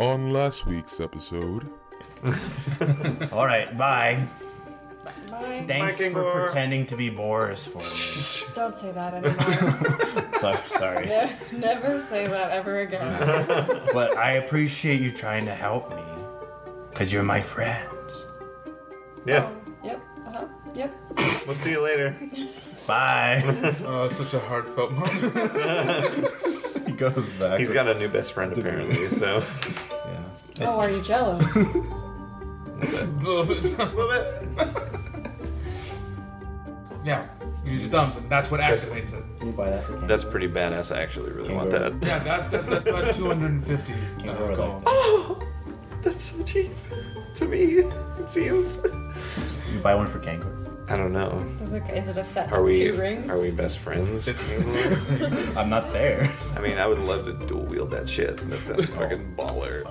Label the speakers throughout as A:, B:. A: On last week's episode,
B: All right, bye.
C: Bye.
B: Thanks
D: Viking
B: for
D: war.
B: pretending to be Boris for me.
C: Don't say that anymore.
B: so, sorry,
C: Ne- never say that ever again.
B: but I appreciate you trying to help me, cause you're my friends.
D: Yeah.
C: Yep. Uh-huh. Yep.
D: We'll see you later.
B: Bye.
E: Oh, it's such a heartfelt moment.
B: he goes back.
D: He's got a new best friend apparently, so
B: Yeah.
C: Oh, are you jealous?
E: Love it.
D: a little bit.
E: yeah, use your thumbs, and that's what activates it.
B: Can you buy that for
D: That's pretty badass. I actually really want that.
E: Yeah, that's that, that's about 250.
B: go
E: Uh,
B: like
E: gold.
D: That's so cheap. To me, it seems.
B: You buy one for Kangor.
D: I don't know.
C: Is it, is it a set?
D: Are we
C: Two rings?
D: are we best friends?
B: I'm not there.
D: I mean, I would love to dual wield that shit. That sounds fucking baller.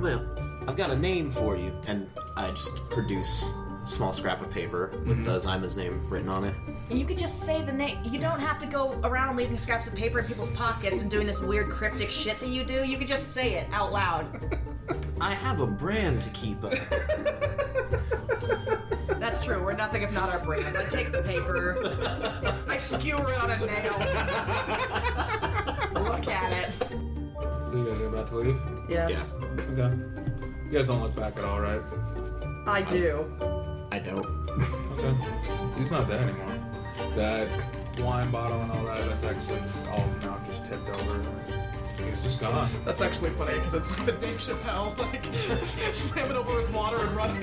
F: Well, I've got a name for you. And I just produce a small scrap of paper with uh, Zyman's name written on it.
G: You could just say the name. You don't have to go around leaving scraps of paper in people's pockets and doing this weird cryptic shit that you do. You could just say it out loud.
F: I have a brand to keep up.
G: That's true. We're nothing if not our brand. I take the paper, I skewer it on a nail, look at it.
E: So you guys are about to leave?
G: Yes,
E: Okay. You guys don't look back at all, right?
G: I do.
F: I don't.
E: Okay. He's not there anymore. That wine bottle and all that, that's actually all now just tipped over. He's just gone.
H: That's actually funny because it's like the Dave Chappelle, like slamming over his water and running.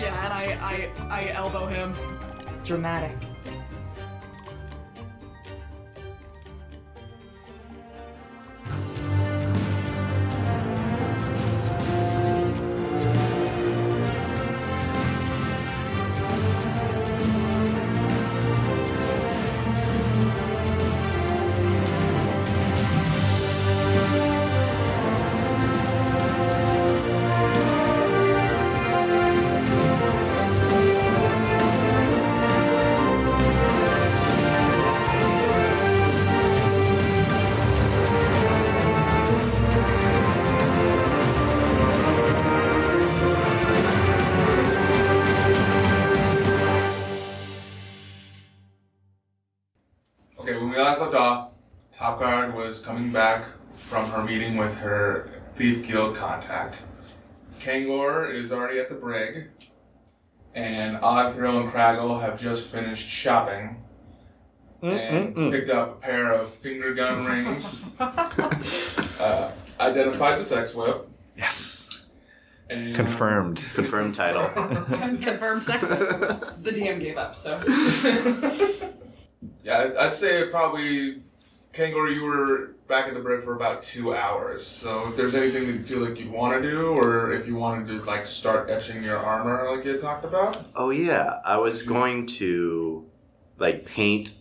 H: yeah, and I, I, I elbow him.
G: Dramatic.
E: Okay, when we last left off, Top Guard was coming back from her meeting with her Thief Guild contact. Kangor is already at the brig, and Odd Thrill and Craggle have just finished shopping and picked up a pair of finger gun rings, uh, identified the sex whip,
D: Yes.
E: and
D: Confirmed.
F: Confirmed title.
H: Confirmed sex.
C: The DM gave up, so.
E: Yeah, I'd- I'd say probably, Kangor, you were back at the brig for about two hours. So if there's anything that you feel like you want to do, or if you wanted to like start etching your armor like you had talked about,
F: oh yeah, I was going to like paint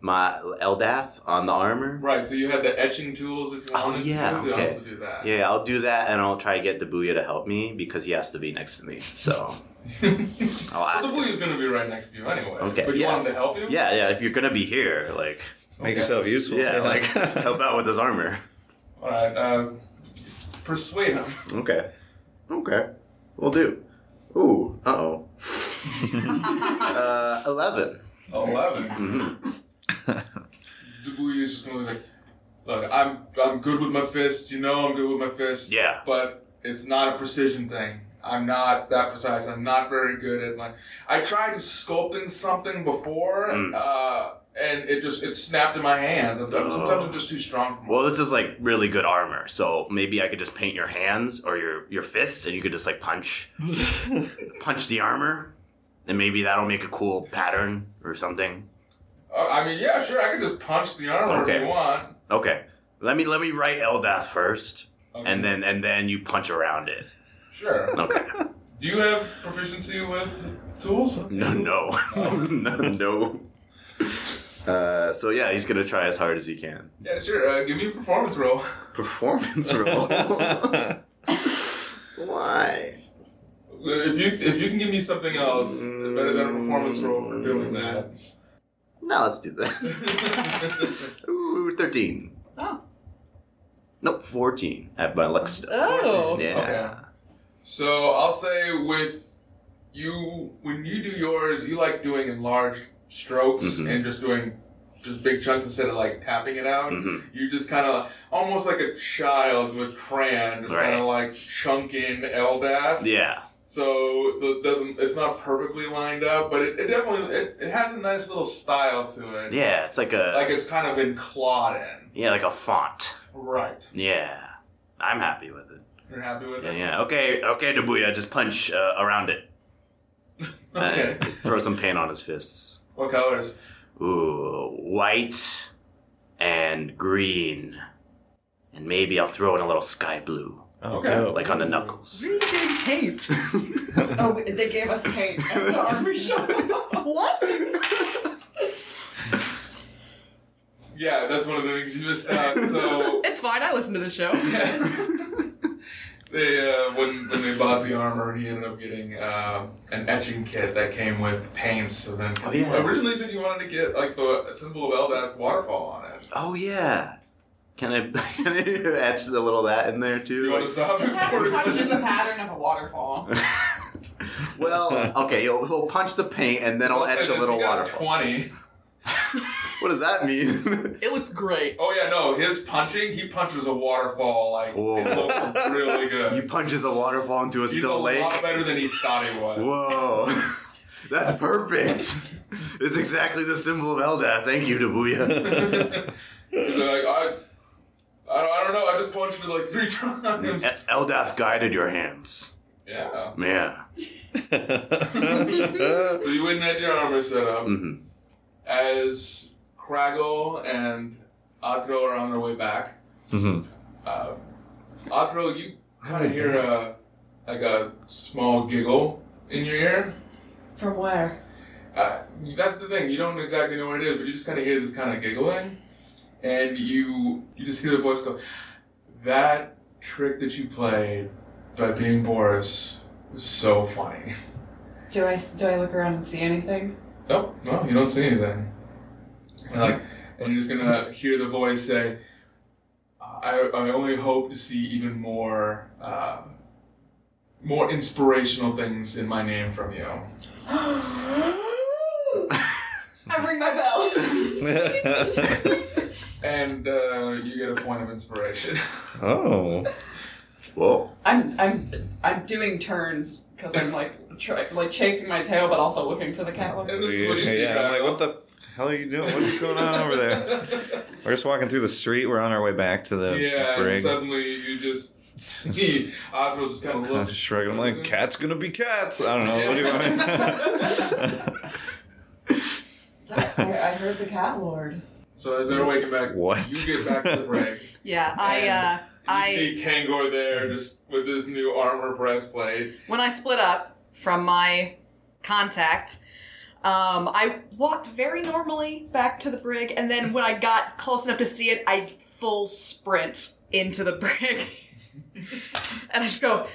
F: my Eldath on the armor.
E: right? So you had the etching tools if you
F: Oh,
E: wanted
F: yeah,
E: to. You
F: okay.
E: also do that.
F: Yeah, I'll do that, and I'll try to get Dabuya to help me because he has to be next to me. So I'll
E: Well, the
F: ask.
E: buoy
F: him.
E: is going to be right next to you anyway.
F: Okay,
E: But you
F: yeah.
E: want him to help you?
F: Yeah, yeah. If you're gonna be here, like,
D: Make yourself useful.
F: yeah, like, help out with his armor.
E: All right. Uh, persuade him.
F: Okay. Okay. We'll do. Ooh. Uh-oh. uh, 11.
E: 11 Mm-hmm. The buoy is just gonna be like, look, I'm I'm good with my fist. You know, I'm good with my fist.
F: Yeah.
E: But it's not a precision thing. I'm not that precise. I'm not very good at like. I tried sculpting something before,
F: Mm.
E: uh, and it just it snapped in my hands. I'm, I'm- sometimes I'm just too strong. For my-
F: Well, this is like really good armor, so maybe I could just paint your hands or your, your fists and you could just like punch punch the armor. And maybe that'll make a cool pattern or something.
E: Uh, I mean, yeah, sure. I could just punch the armor
F: Okay.
E: if you want.
F: Okay. Let me let me write Eldath first.
E: Okay.
F: And then and then you punch around it.
E: sure.
F: Okay.
E: Do you have proficiency with tools?
F: No, no, no, no. Uh, so yeah, he's gonna try as hard as he can.
E: Yeah, sure. Uh, give me a performance roll.
F: Performance roll. Why?
E: If you if you can give me something else better than a performance roll for doing that.
F: No, let's do that. Ooh, thirteen.
C: Oh.
B: Nope, 14 at my luck stuff.
G: Oh.
B: Yeah.
E: Okay. So I'll say with you when you do yours, you like doing enlarged strokes
B: Mhm.
E: and just doing just big chunks instead of like tapping it out.
D: Mm-hmm.
B: Mhm.
E: You just kind of almost like a child with crayon, just kind
B: Right.
E: of like chunking LDAP.
B: Yeah.
E: So it doesn't it's not perfectly lined up, but it, it definitely it, it has a nice little style to it.
B: Yeah, it's like a
E: Like it's kind of been clawed in.
B: yeah, like a font.
E: Right.
B: Yeah. I'm happy with it.
E: You're happy with
B: Yeah,
E: it?
B: yeah. Okay, okay, Dabuya, just punch uh, around it. Uh,
E: Okay.
B: throw some paint on his fists.
E: What colors?
B: Ooh, white and green. And maybe I'll throw in a little sky blue,
D: Oh,
E: Okay.
D: dope.
B: like on the knuckles.
G: Really getting hate.
C: Oh, they gave us paint at the armory shop.
G: what?
E: Yeah, that's one of the things you missed out. So
G: It's fine. I listen to the show.
E: they uh, when when they bought the armor, he ended up getting uh, an etching kit that came with paints. So then, 'cause
B: Oh, yeah.
E: he originally said you wanted to get like the symbol of Eldath waterfall on it.
B: Oh yeah. Can I, can I etch the little that in there too?
E: You want to stop?
C: Just have him punch just a pattern of a waterfall.
B: well, okay, he'll, he'll punch the paint and then I'll etch a little waterfall.
E: Twenty.
B: What does that mean?
G: It looks great.
E: Oh yeah, no, his punching, he punches a waterfall like it
B: Whoa.
E: looks really good.
B: he punches a waterfall into a
E: He's
B: still
E: a lot
B: lake.
E: better than he thought he was.
B: Whoa. That's perfect. it's exactly the symbol of Eldath. Thank you, Dabuya.
E: He's like, I, I, don't- I don't know, I just punched it like three times.
B: El- Eldath guided your hands.
E: yeah.
B: Yeah.
E: So you went and had your armor set up
B: hmm
E: as Craggle and Atro are on their way back.
B: Mm-hmm.
D: Mhm.
E: Uh, Atro, you kind of hear a, like a small giggle in your ear.
C: From where?
E: Uh, that's the thing. You don't exactly know what it is, but you just kind of hear this kind of giggling, and you you just hear the voice go, "That trick that you played by being Boris was so funny."
C: Do I do I look around and see anything?
E: Nope, no, Oh, you don't see anything. And like, and you're just gonna hear the voice say, "I I only hope to see even more." Uh, more inspirational things in my name from you.
C: I ring my bell.
E: And uh, you get a point of inspiration.
D: oh.
B: Whoa.
C: I'm I'm I'm doing turns because I'm like try, like chasing my tail, but also looking for the catalog.
E: And this is what you see.
D: yeah, I'm like,
E: Ragnar.
D: what the f- hell are you doing? What's going on over there? We're just walking through the street. We're on our way back to the
E: yeah, and
D: brig.
E: suddenly you just see Oswald just kind of
D: I'm
E: look.
D: just shrugging. I'm like, cat's gonna be cats. I don't know. What do you want?
C: I, I heard the cat lord.
E: So as they're waking back,
D: What?
E: you get back to the break. You
G: Yeah, I uh, I
E: see Kangor there, just with his new armor breastplate.
G: when I split up from my contact, um, I walked very normally back to the brig, and then when I got close enough to see it, I full sprint into the brig, and I just go,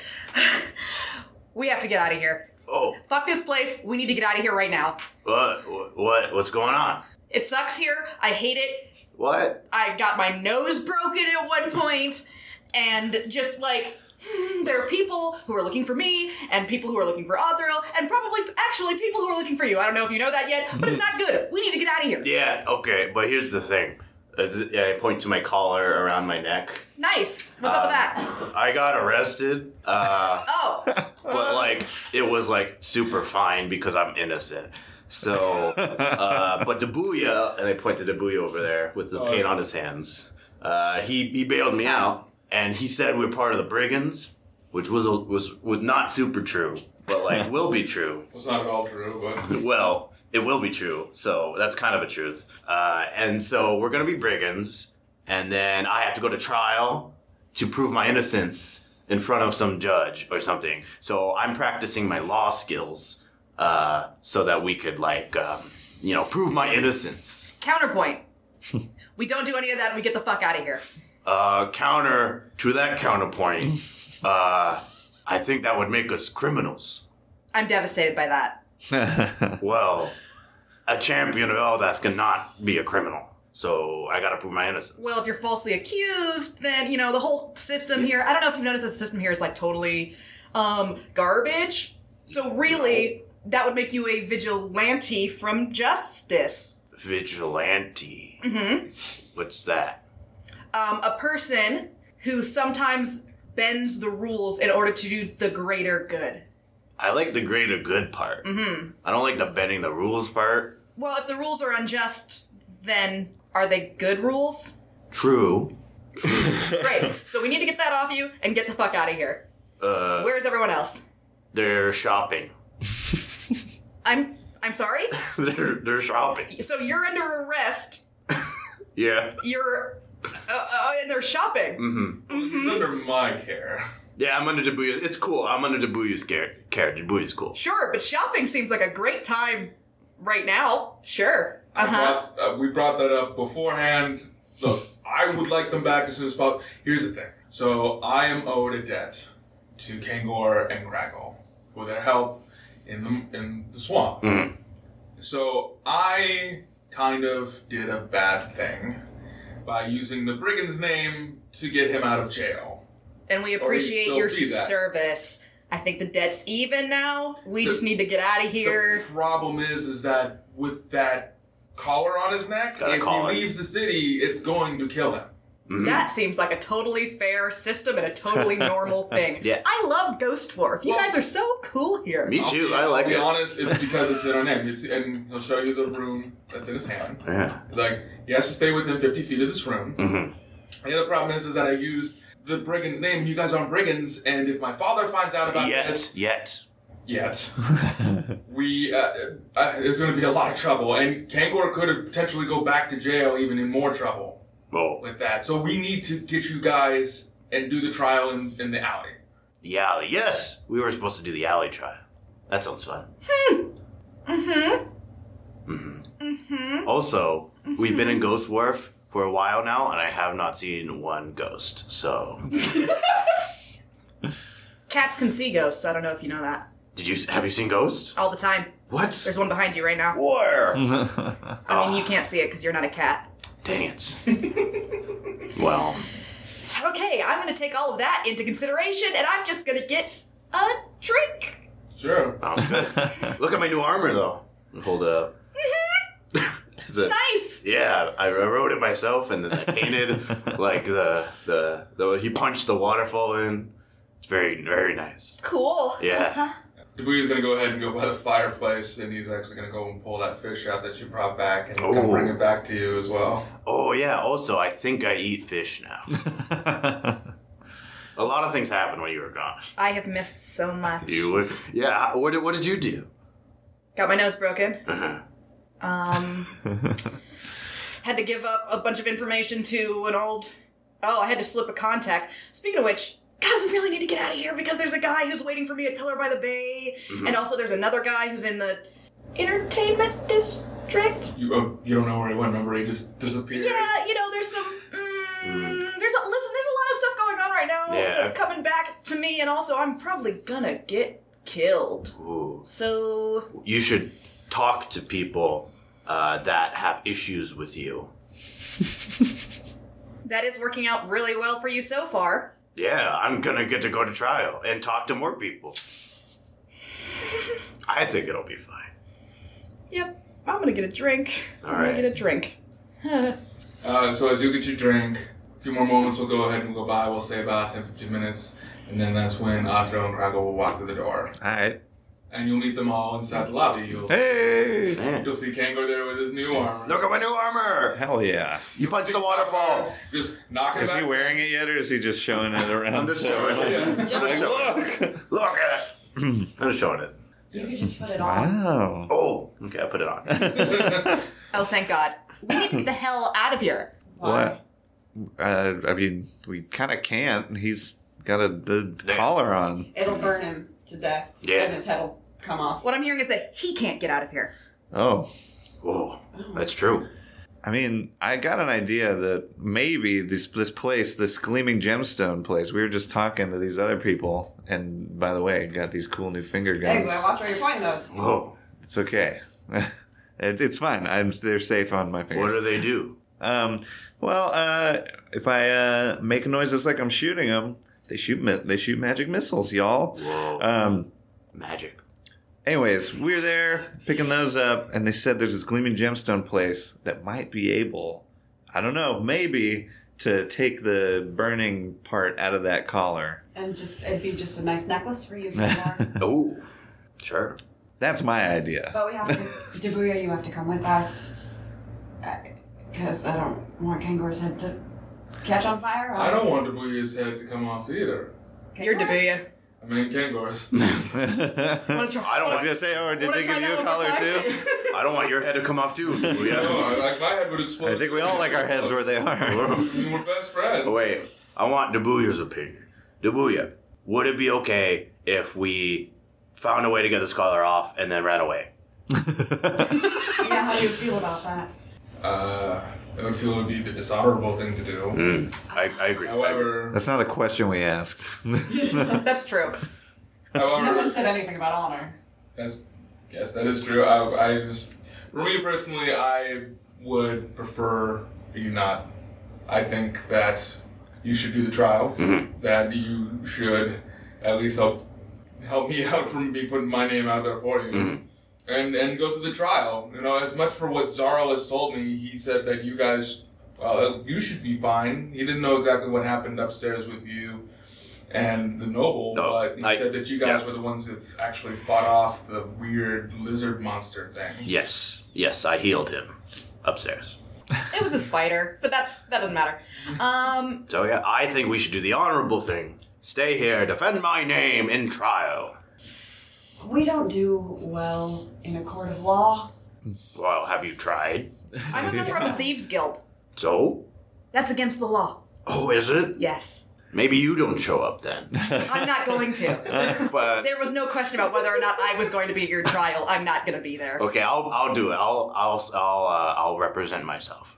G: "We have to get out of here.
B: Oh,
G: Fuck this place. We need to get out of here right now.
B: what, what, what's going on?
G: It sucks here. I hate it.
B: What?
G: I got my nose broken at one point, and just like hmm, there are people who are looking for me, and people who are looking for Othril, and probably actually people who are looking for you. I don't know if you know that yet, but it's not good. We need to get out of here.
B: Yeah, okay, but here's the thing. Is it- I point to my collar around my neck. Um,
G: Nice. What's up with
D: Uh,
G: that?
B: I got arrested, uh,
G: Oh,
B: but like it was like super fine because I'm innocent. So, uh, but Dabuya, and I point to Dabuya over there with the paint on his hands. Uh, he he bailed me out, and he said we're part of the brigands, which was a, was was not super true, but like will be true.
E: Well, it's not at all true, but
B: Well, it will be true. So that's kind of a truth. Uh, and so we're going to be brigands. And then I have to go to trial to prove my innocence in front of some judge or something. So I'm practicing my law skills uh, so that we could, like, um, you know, prove my innocence.
G: counterpoint. we don't do any of that. and We get the fuck out of here.
B: Uh, counter to that counterpoint, uh, I think that would make us criminals.
G: I'm devastated by that.
B: Well, a champion of Eldath cannot be a criminal.
I: So I gotta prove my innocence.
G: Well, if you're falsely accused, then you know the whole system here. I don't know if you've noticed the system here is like totally um, garbage. So really, that would make you a vigilante from justice.
I: Vigilante.
G: hmm
I: What's that?
G: Um, a person who sometimes bends the rules in order to do the greater good.
I: I like the greater good part.
G: hmm
I: I don't like the bending the rules part.
G: Well, if the rules are unjust, then are they good rules?
I: True.
G: Great. So we need to get that off you and get the fuck out of here.
I: Uh,
G: Where's everyone else?
I: they're shopping.
G: I'm I'm sorry.
I: they're they're shopping.
G: So you're under arrest.
I: Yeah.
G: You're uh, uh, and they're shopping.
I: Mm-hmm.
E: He's under my care.
I: Yeah, I'm under Dabuya's. It's cool. I'm under Dabuya's care. care. Dabuya's cool.
G: Sure, but shopping seems like a great time right now. Sure.
E: I
G: Uh huh.
E: brought- uh, we brought that up beforehand. Look, I would like them back as soon as possible. Here's the thing. So I am owed a debt to Kangor and Craggle for their help in the in the swamp.
I: Mhm.
E: So I kind of did a bad thing by using the brigand's name to get him out of jail.
G: And we appreciate
E: still
G: your
E: do that.
G: service. I think the debt's even now. We just need to get out of
E: The
G: here.
E: problem is, is that with that collar on his neck,
I: Got a
E: if he
I: collar.
E: leaves the city, it's going to kill him.
I: Mhm.
G: That seems like a totally fair system and a totally normal thing.
I: Yeah.
G: I love Ghost Dwarf. You
E: Well-
G: guys are so cool here.
I: Me
E: I'll
I: too.
E: be-
I: I like
E: I'll be
I: it.
E: honest, it's because it's in our name. It's, and he'll show you the room that's in his hand.
I: Yeah.
E: Like, he has to stay within 50 feet of this room.
I: Mm-hmm.
E: The other problem is, is that I used the brigand's name, and you guys aren't brigands, and if my father finds out about
I: Yet.
E: this...
I: Yet.
E: Yet. we... Uh, uh, there's going to be a lot of trouble, and Kangor could potentially go back to jail even in more trouble
I: Well,
E: with that. So we need to get you guys and do the trial in, in the alley.
I: the alley. Yes, we were supposed to do the alley trial. That sounds fun.
G: Hmm. Mm-hmm.
I: hmm
G: Mm-hmm.
I: Also, we've been in Ghost Wharf for a while now, and I have not seen one ghost. So,
G: Cats can see ghosts. I don't know if you know that.
I: did you have you seen ghosts?
G: All the time.
I: What?
G: There's one behind you right now.
I: Where?
G: I mean,
I: Ah.
G: you can't see it because you're not a cat.
I: Dang it. well,
G: Okay, I'm gonna take all of that into consideration, and I'm just gonna get a drink.
E: Sure.
I: I'm good. Look at my new armor, though. Hold it up. It's a-
G: Mm-hmm. Nice.
I: Yeah, I wrote it myself, and then I painted like the the, the he punched the waterfall in. It's very very nice.
G: Cool.
I: Yeah.
G: Uh-huh.
E: Dabuya's gonna go ahead and go by the fireplace, and he's actually gonna go and pull that fish out that you brought back, and
I: Oh.
E: come bring it back to you as well.
I: Oh yeah. Also, I think I eat fish now. A lot of things happened when you were gone.
G: I have missed so much.
I: You were, yeah. What did, what did you do?
G: Got my nose broken.
I: Uh-huh.
G: Um, had to give up a bunch of information to an old. Oh, I had to slip a contact. Speaking of which, God, we really need to get out of here because there's a guy who's waiting for me at Pillar by the Bay, and also there's another guy who's in the entertainment district.
E: You oh, you don't know where he went. Remember, he just disappeared.
G: Yeah, you know, there's some. Mm, there's, a, listen, there's a lot of stuff going on right now
I: Yeah.
G: that's coming back to me, and also I'm probably gonna get killed.
I: Ooh.
G: So.
I: You should talk to people uh, that have issues with you.
G: That is working out really well for you so far.
I: Yeah, I'm gonna get to go to trial and talk to more people. I think it'll be fine.
G: Yep, I'm gonna get a drink.
I: All
G: I'm
I: right.
G: gonna get a drink.
E: Uh, so as you get your drink, a few more moments will go ahead and go by. We'll say about 10, 15 minutes, and then that's when Atro and Craggle will walk through the door,
D: All right.
E: and you'll meet them all inside the lobby. You'll
D: Hey!
I: Man.
E: you'll see Kango there with his new armor.
I: Look at my new armor!
D: Hell yeah.
I: You punched the waterfall!
E: Just knocking.
D: Is he wearing it yet, or is he just showing it around?
I: I'm just showing it. I'm just
D: Like,
I: showing it.
D: look!
I: Look at it! I'm just showing it.
C: You could just put it on.
D: Wow.
I: Oh! Okay, I put it on.
G: Oh, thank God. We need to get the hell out of here.
C: Why?
D: Uh, I mean, we kind of can't. He's got a the collar on.
G: Mhm.
C: It'll burn him to death,
I: Yeah.
C: and his head'll come off.
G: What I'm hearing is that he can't get out of here.
D: Oh,
I: Whoa, that's true.
D: I mean, I got an idea that maybe this this place, this gleaming gemstone place. We were just talking to these other people, and by the way, I got these cool new finger
C: Hey,
D: guns.
C: watch where you find those.
I: Whoa,
D: It's okay. it, it's fine. I'm they're safe on my
I: what
D: fingers.
I: do they do?
D: Um, well, uh, if I uh, make noises like I'm shooting them, they shoot mi- they shoot magic missiles, y'all.
I: Whoa.
D: Um,
I: Magic.
D: anyways, we were there picking those up, and they said there's this gleaming gemstone place that might be able, I don't know, maybe to take the burning part out of that collar.
J: And just it'd be just a nice necklace for you. If you want.
I: Oh, sure.
D: That's my idea.
J: but we have to, Dabuya, you have to come with us. Because I don't want Kangor's head to catch on fire.
E: I don't want Dabuya's head to come off either.
G: You're Dabuya.
E: I mean, Kangor's.
G: Wanna
D: I
G: try-
I: I don't
D: was
I: want.
D: gonna say, oh, did
G: wanna
D: they
G: try
D: give you
G: that
D: a
G: one
D: collar
G: more
D: too?
G: time?
I: I don't want your head to come off too.
E: no,
I: Yeah.
E: like my head would explode.
D: I think we all like our heads where they are.
E: I mean, we're best friends.
I: Oh, Wait, I want Dabuya's opinion. Dabuya, would it be okay if we found a way to get this collar off and then ran away?
J: Yeah, how do you feel about that?
E: Uh, I would feel it would be the dishonorable thing to do.
I: Mm, I, I agree.
E: However,
D: That's not a question we asked.
G: That's true.
C: No one
E: however,
C: said anything about honor.
E: that's, yes, that is true. I, I just, for me personally, I would prefer you not. I think that you should do the trial.
I: Mm-hmm.
E: That you should at least help help me out from me putting my name out there for you.
I: Mm-hmm.
E: And, and go through the trial. You know, as much for what Zaro has told me, he said that you guys, uh, you should be fine. He didn't know exactly what happened upstairs with you and the noble,
I: No,
E: but he
I: I-
E: said that you guys
I: yeah.
E: were the ones that actually fought off the weird lizard monster thing.
I: Yes, yes, I healed him upstairs.
G: It was a spider, but that's that doesn't matter. Um,
I: So yeah, I think we should do the honorable thing. Stay here, defend my name in trial.
J: We don't do well in a court of law.
I: Well, have you tried?
G: I'm a member of a thieves guild.
I: So?
G: That's against the law.
I: Oh, is it?
G: Yes,
I: Maybe you don't show up then.
G: I'm not going to.
I: But
G: There was no question about whether or not I was going to be at your trial. I'm not going to be there.
I: okay, I'll I'll do it. I'll I'll I'll uh, I'll represent myself.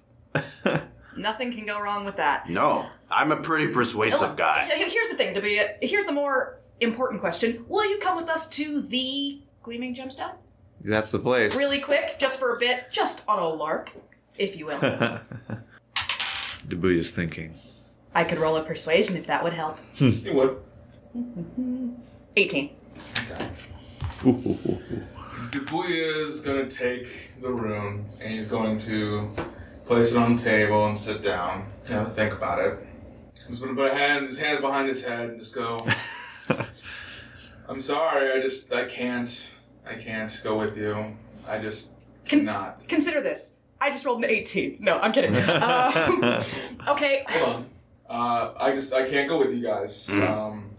G: Nothing can go wrong with that.
I: No, I'm a pretty persuasive guy.
G: Here's the thing, to be here's the more important question. Will you come with us to the Gleaming Gemstone?
D: That's the place.
G: Really quick, just for a bit, just on a lark, if you will.
D: Dabuya's thinking.
G: I could roll a persuasion if that would help.
E: You would.
G: 18.
E: Dubuya is gonna take the rune and he's going to place it on the table and sit down. You know, think about it. He's gonna put a hand, his hands behind his head and just go. I'm sorry, I just I can't I can't go with you. I just
G: Can-
E: cannot.
G: Consider this. I just rolled an 18. No, I'm kidding. Um, okay.
E: Hold on. Uh, I just I can't go with you guys.
D: Mm.
E: Um,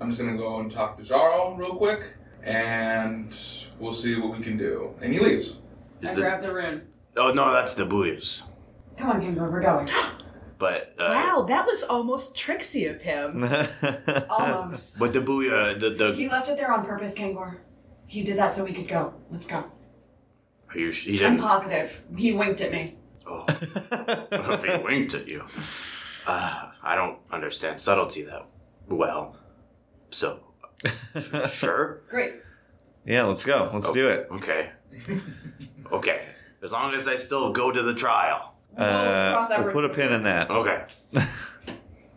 E: I'm just gonna go and talk to Jarl real quick, and we'll see what we can do. And he leaves.
I: Is
C: I
I: the-
C: grabbed the rune.
I: oh no, that's the booyahs.
J: Come on, Kangor, we're going.
I: But uh,
G: Wow, that was almost tricksy of him. Um,
J: Almost.
I: but the booyah, the the
J: He left it there on purpose, Kangor. He did that so we could go. Let's go.
I: are you, he
J: I'm
I: didn't.
J: positive. He winked at me.
I: Oh, if he winked at you, uh, I don't understand subtlety that well. So uh, sure,
J: Great.
D: yeah, let's go. Let's do it.
I: okay, okay. As long as I still go to the trial,
D: Uh,
C: cross that
D: we'll
C: bridge
D: put a
C: when
D: pin in that.
I: okay.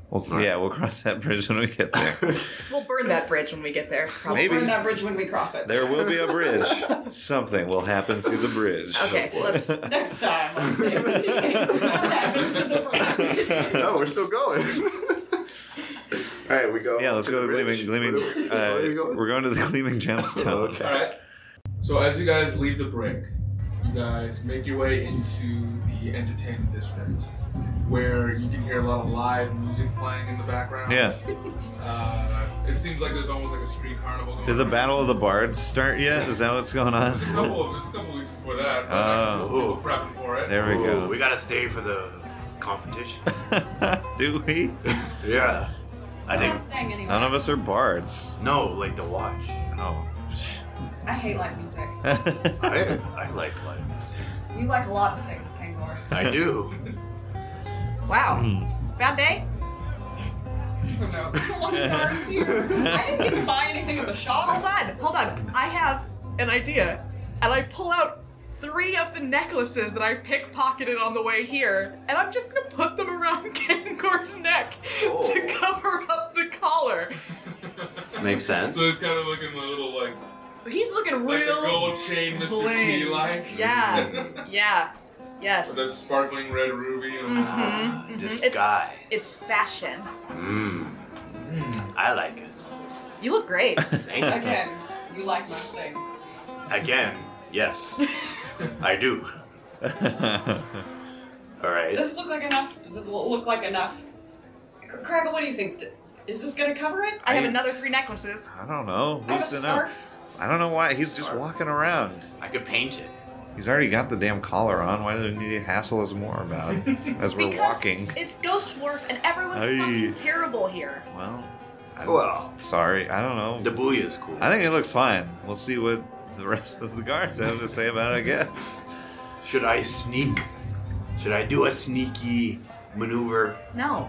D: We'll- yeah, we'll cross that bridge when we get there.
G: We'll burn that bridge when we get there. Probably.
D: Maybe.
C: Burn that bridge when we cross it.
D: There will be a bridge. Something will happen to the bridge.
G: Okay, let's.
C: Next time, I'm saying what you think. What happened to the bridge?
I: no, we're still going. All right, we go.
D: Yeah, let's go to the gleaming. gleaming uh, we're going to the gleaming gemstone.
E: All right. So as you guys leave the break, you guys make your way into the entertainment district, where you can hear a lot of live music playing in the background.
D: Yeah.
E: Uh, it seems like there's almost like a street carnival going.
D: Did the
E: on.
D: Battle of the Bards start yet? Is that what's going on?
E: It's a couple of it's a couple weeks before that. But
D: Oh.
E: like, it's just people prepping for it.
D: There we
I: Ooh,
D: go.
I: we gotta stay for the competition.
D: do we?
I: yeah, I
J: I'm not
I: think
J: staying anyway.
D: None of us are bards.
I: no, like the watch.
D: Oh.
J: I hate light music.
I: I, I like life.
J: You like a lot of things, Kangor.
I: I do.
G: Wow.
E: Hmm.
G: Bad day?
C: Who knows? There's a lot of guards here. I didn't get to buy anything at the shop.
G: Hold on, hold on. I have an idea. And I pull out three of the necklaces that I pickpocketed on the way here, and I'm just gonna put them around Kangor's neck to cover up the collar.
I: Makes sense.
E: So it's kind of looking a little like
G: He's looking
E: like the
G: real
E: gold chain, Mr. T,
G: bling.
E: like
G: Yeah, yeah, yes.
E: with a sparkling red ruby. On
G: Mhm,
E: it.
I: Ah,
G: mhm. It's-
I: Disguise.
G: It's fashion.
I: Mm. I like it.
G: You look great.
I: Thank you.
C: Again, you like most things.
I: Again, yes, I do. All right.
C: Does this look like enough? Does this lo- look like enough? C- Craggle, what do you think? D- Is this gonna cover it?
G: I have another three necklaces.
D: I don't know.
C: I have a
D: Who's to know?
C: scarf.
D: I don't know why. He's just
I: Scarf.
D: walking around.
I: I could paint it.
D: He's already got the damn collar on. Why do they need to hassle us more about it as we're
G: because
D: walking?
G: it's Ghost Wharf and everyone's
D: Aye.
G: fucking terrible here.
D: Well, I'm
I: Well.
D: sorry. I don't know.
I: The booyah is cool.
D: I think it looks fine. We'll see what the rest of the guards have to say about it, I guess.
I: Should I sneak? Should I do a sneaky maneuver?
G: No,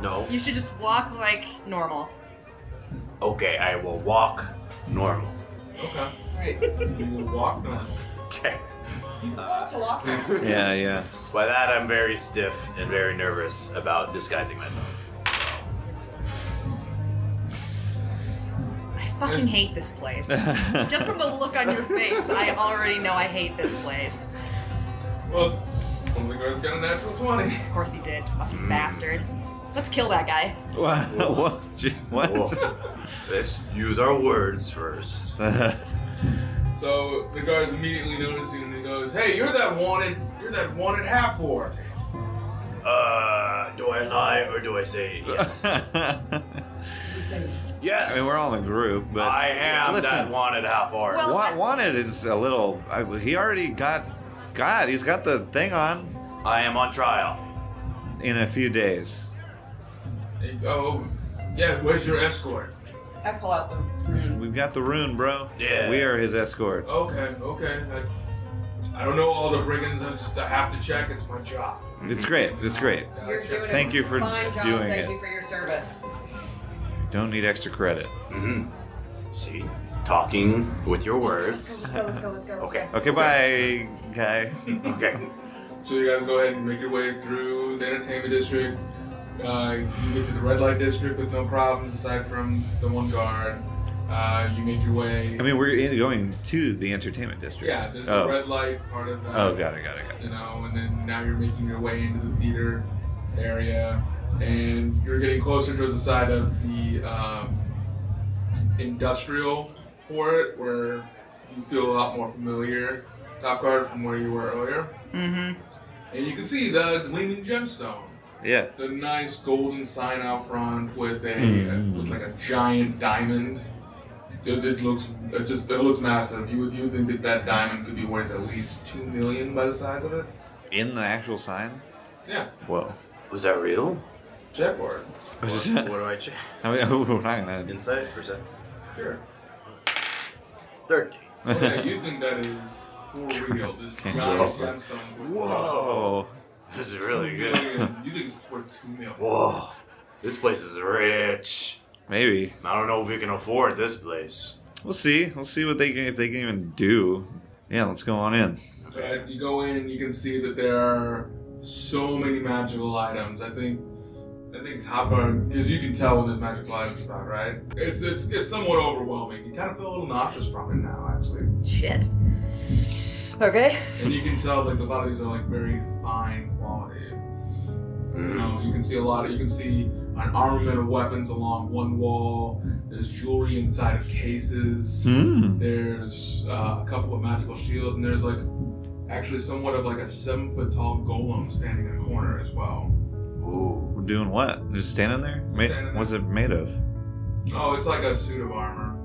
I: No.
G: you should just walk like normal.
I: Okay, I will walk normal.
E: Okay.
C: Right.
E: You will walk now.
I: Okay.
C: Oh, it's a lock.
D: yeah, yeah.
I: By that, I'm very stiff and very nervous about disguising myself.
G: I fucking hate this place. Just from the look on your face, I already know I hate this place.
E: Well, one of the guards got a natural twenty.
G: Of course he did, fucking bastard. Let's kill that guy.
D: what? What?
I: Whoa. Let's use our words first.
D: what?
E: So the guards immediately notice you and he goes, "Hey, you're that wanted. You're that wanted half orc."
I: Uh, do I lie or do I say yes? yes.
D: I mean, we're all in a group, but
I: I am
D: listen,
I: that wanted half orc.
G: Well-
D: Wa- wanted is a little. I, he already got. God, he's got the thing on
I: I am on trial.
D: in a few days.
E: They go, "Oh, "Yeah, where's your escort?"
C: I pull out the rune.
D: We've got the rune, bro.
I: Yeah.
D: We are his escorts.
E: Okay, okay. Like, I don't know all the brigands. I just I have to check. It's my job.
D: It's great. It's great.
E: Gotta
C: You're
E: check.
C: doing
D: Thank
C: a
D: you for
C: fine job.
D: doing
C: Thank
D: it.
C: you for your service.
D: Don't need extra credit.
I: hmm See, talking with your
J: Let's
I: words.
J: go, let's go, let's go, let's
I: Okay.
D: Okay, bye, guy.
I: Okay.
E: So you guys go ahead and make your way through the entertainment district. Uh, you get to the red light district with no problems aside from the one guard. Uh, you make your way.
D: I mean, we're in, going to the entertainment district.
E: yeah, there's
D: oh.
E: the red light part of uh, that.
D: oh, got it, got it, got it.
E: You know, and then now you're making your way into the theater area, and you're getting closer towards the side of the um, industrial port where you feel a lot more familiar, Top Guard, from where you were earlier.
G: Mm-hmm.
E: And you can see the gleaming gemstone.
D: Yeah.
E: the nice golden sign out front with a
D: Mm.
E: with like a giant diamond. It, it looks it just it looks massive. You would you think that that diamond could be worth at least two million by the size of it?
D: In the actual sign?
E: Yeah,
D: Whoa.
I: Was that real?
E: check for it.
D: I
I: What,
D: mean,
I: what do I check?
D: we're not gonna.
I: Insight, percent,
E: Sure.
I: thirty.
E: Okay, you think that is for real? This
D: Can't
E: giant
D: believe that.
E: gemstone.
D: Whoa.
I: This is really good.
E: You think it's worth two million?
I: Whoa, this place is rich.
D: Maybe.
I: I don't know if we can afford this place.
D: We'll see. We'll see what they can if they can even do. Yeah, let's go on in.
E: But you go in, you can see that there are so many magical items. I think, I think Top Guard, as you can tell when there's magical items about, right? It's it's it's somewhat overwhelming. You kind of feel a little nauseous from it now, actually.
G: Shit. Okay.
E: And you can tell like a lot of these are like very fine quality. You know, you can see a lot of you can see an armament of weapons along one wall. There's jewelry inside of cases.
D: Hmm.
E: There's uh, a couple of magical shields, and there's like actually somewhat of like a seven foot tall golem standing in a corner as well.
I: Ooh.
D: We're doing what? Just standing there? Made,
E: Standing there.
D: What's it made of?
E: Oh, it's like a suit of armor.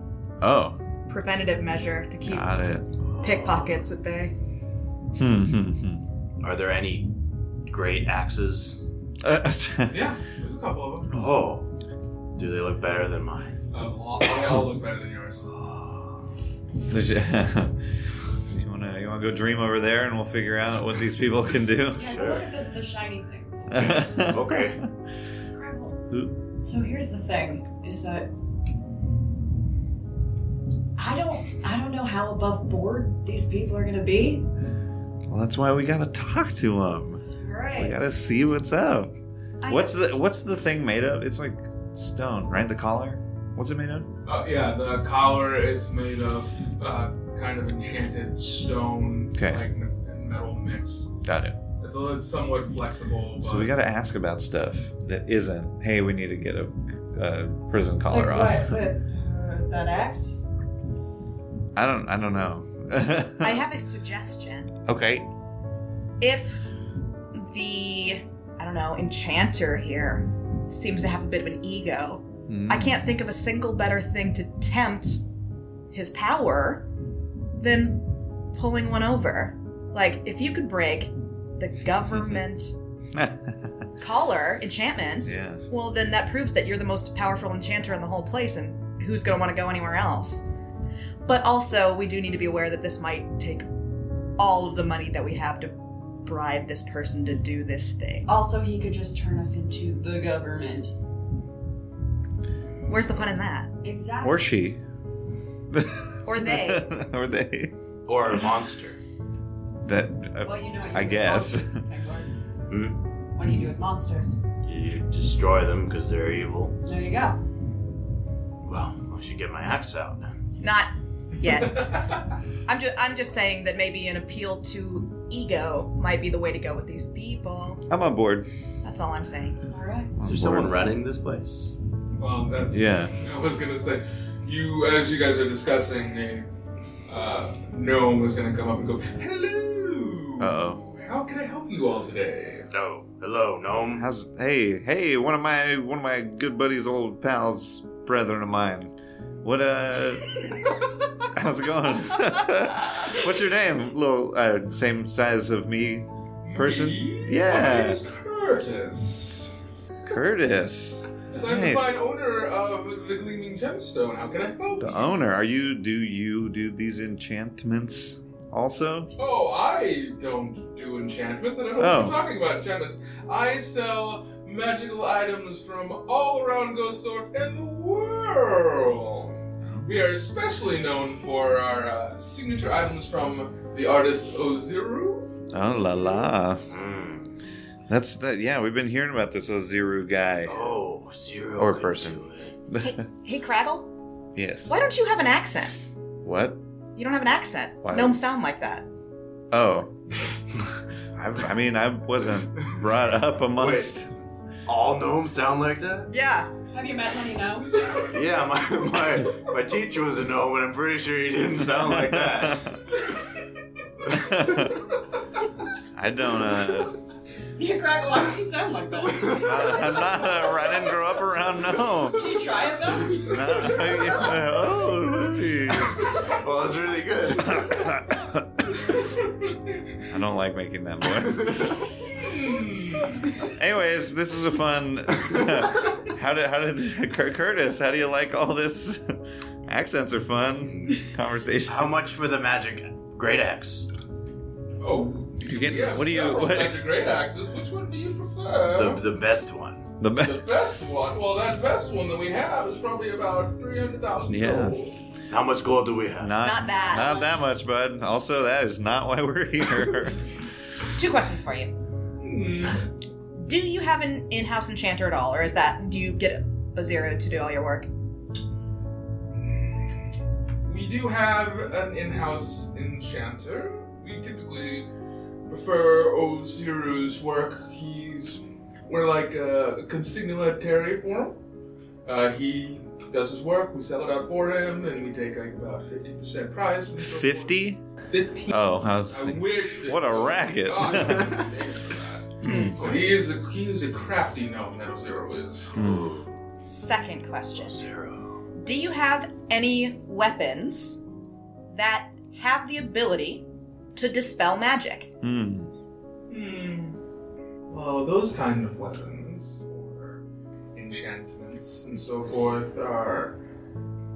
D: Oh,
G: Preventative measure to keep
D: got it.
G: pickpockets at bay.
D: Hmm. hmm, hmm.
I: Are there any great axes?
D: Uh,
E: Yeah, there's a couple of them.
I: Oh, do they look better than mine?
E: Uh, all, they all look better than yours.
D: There's- you wanna you wanna go dream over there, and we'll figure out what these people can do.
J: Yeah, go look at the, the shiny things.
I: Okay.
J: Gravel.
D: Who?
J: So here's the thing: is that I don't I don't know how above board these people are gonna be.
D: Well, that's why we gotta talk to him.
J: All
D: We
J: right.
D: gotta see what's up.
G: I-
D: What's the What's the thing made of? It's like stone, right? The collar. What's it made of?
E: Uh, yeah, the collar it's made of uh, kind of enchanted stone,
D: Okay.
E: like n- and metal mix.
D: Got it.
E: It's a little somewhat flexible. But
D: So we gotta ask about stuff that isn't. Hey, we need to get a, a prison collar
J: Like
D: off.
J: what? The- uh, that axe?
D: I don't. I don't know.
G: I have a suggestion.
D: Okay.
G: If the, I don't know, enchanter here seems to have a bit of an ego, I
D: Hmm.
G: can't think of a single better thing to tempt his power than pulling one over. Like, if you could break the government collar enchantments,
D: Yeah.
G: well, then that proves that you're the most powerful enchanter in the whole place, and who's going to want to go anywhere else? But also, we do need to be aware that this might take all of the money that we have to bribe this person to do this thing.
J: Also he could just turn us into
C: The government.
G: Where's the fun in that?
J: Exactly.
D: or she.
G: Or they.
D: or they.
I: Or a monster.
D: That. uh,
J: well, you know what you
D: I
J: do with
D: guess. Hmm?
J: monsters, Kangor. What do you do with monsters?
I: You destroy them because they're evil.
J: There you go.
I: Well, I should get my axe out then.
G: Not yet. I'm just I'm just saying that maybe an appeal to ego might be the way to go with these people.
D: I'm on board.
G: That's all I'm saying.
J: All right.
D: On
I: Is there
D: board.
I: someone running this place?
E: well, that's
D: Yeah.
E: I was gonna say, you as you guys are discussing, a uh, gnome was gonna come up and go, "Hello,
D: Uh-oh.
E: how can I help you all today?"
I: No. Oh, Hello, gnome.
D: How's hey hey one of my one of my good buddies old pals brethren of mine. What uh? how's it going? What's your name? Little uh, same size of me, Person?
E: Me?
D: Yeah.
E: My name is Curtis.
D: Curtis.
E: Yes, I'm the
D: Nice.
E: fine owner of the Gleaming Gemstone. How can I help
D: The
E: you?
D: owner. Are you? Do you do these enchantments also?
E: Oh, I don't do enchantments. I don't know
D: Oh.
E: what you're talking about, enchantments. I sell magical items from all around Ghostorp and the world. We are especially known for our uh, signature items from the artist Oziru.
D: Oh la la.
I: Mm.
D: That's that. Yeah, we've been hearing about this Oziru guy.
I: Oh, zero.
D: Or a
I: could
D: person.
I: do it.
G: Hey, hey Craggle,
D: yes.
G: why don't you have an accent?
D: What?
G: You don't have an accent.
D: Why?
G: Gnomes sound like that.
D: Oh. I, I mean, I wasn't brought up amongst.
I: All gnomes sound like that?
G: Yeah.
J: Have you met many gnomes?
I: Yeah, my, my my teacher was a gnome, and I'm pretty sure he didn't sound like that.
D: I don't. Uh,
C: You crack a lot. You sound like that.
D: I'm not. Uh, I didn't grow up around
C: Did
D: gnomes.
C: you try it though?
D: No, yeah, oh, hey.
I: Well, it's really good.
D: I don't like making that noise.
E: Hmm.
D: Anyways, this was a fun. how did how did Cur- Curtis? How do you like all this? Accents are fun. Conversation.
I: How much for the magic great axe?
E: Oh,
D: You get-
E: we have
D: what do you-
E: several
D: what-
E: magic great axes. Which one do you prefer?
I: The the best one.
D: The
E: The best one. Well, that best one that we have is probably about three hundred thousand.
D: Yeah.
I: How much gold do we have?
D: Not,
G: Not that.
D: Not that much, bud. Also, that is not why we're here.
G: It's two questions for you.
E: Hmm.
G: Do you have an in-house enchanter at all, or is that do you get a zero to do all your work?
E: We do have an in-house enchanter. We typically prefer Oziru's work. He's we're like a consignatary for him. Uh, he does his work. We sell it out for him, and we take like about fifty percent price. and so forth.
D: Fifty.
E: Fifteen.
D: Oh, how's
E: I wish. that-
D: What a
E: oh my
D: racket.
E: God, I wish I paid for that. But he is a he is a crafty gnome that Oziru is.
G: Second question.
I: Zero.
G: Do you have any weapons that have the ability to dispel magic?
D: Hmm.
E: Hmm. Well, those kind of weapons or enchantments and so forth are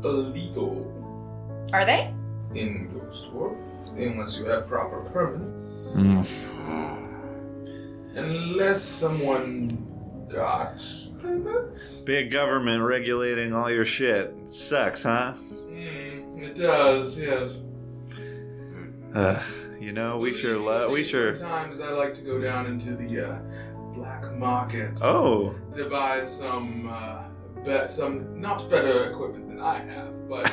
E: illegal
G: Are they?
E: in Ghost Dwarf unless you have proper permits.
D: Hmm.
E: Unless someone got permits.
D: Big government regulating all your shit sucks, huh?
E: Hmm. It does, yes.
D: Uh, you know, we sure love. We sure.
E: Sometimes I like to go down into the uh, black market
D: Oh,
E: to buy some, uh, be- some not better equipment than I have, but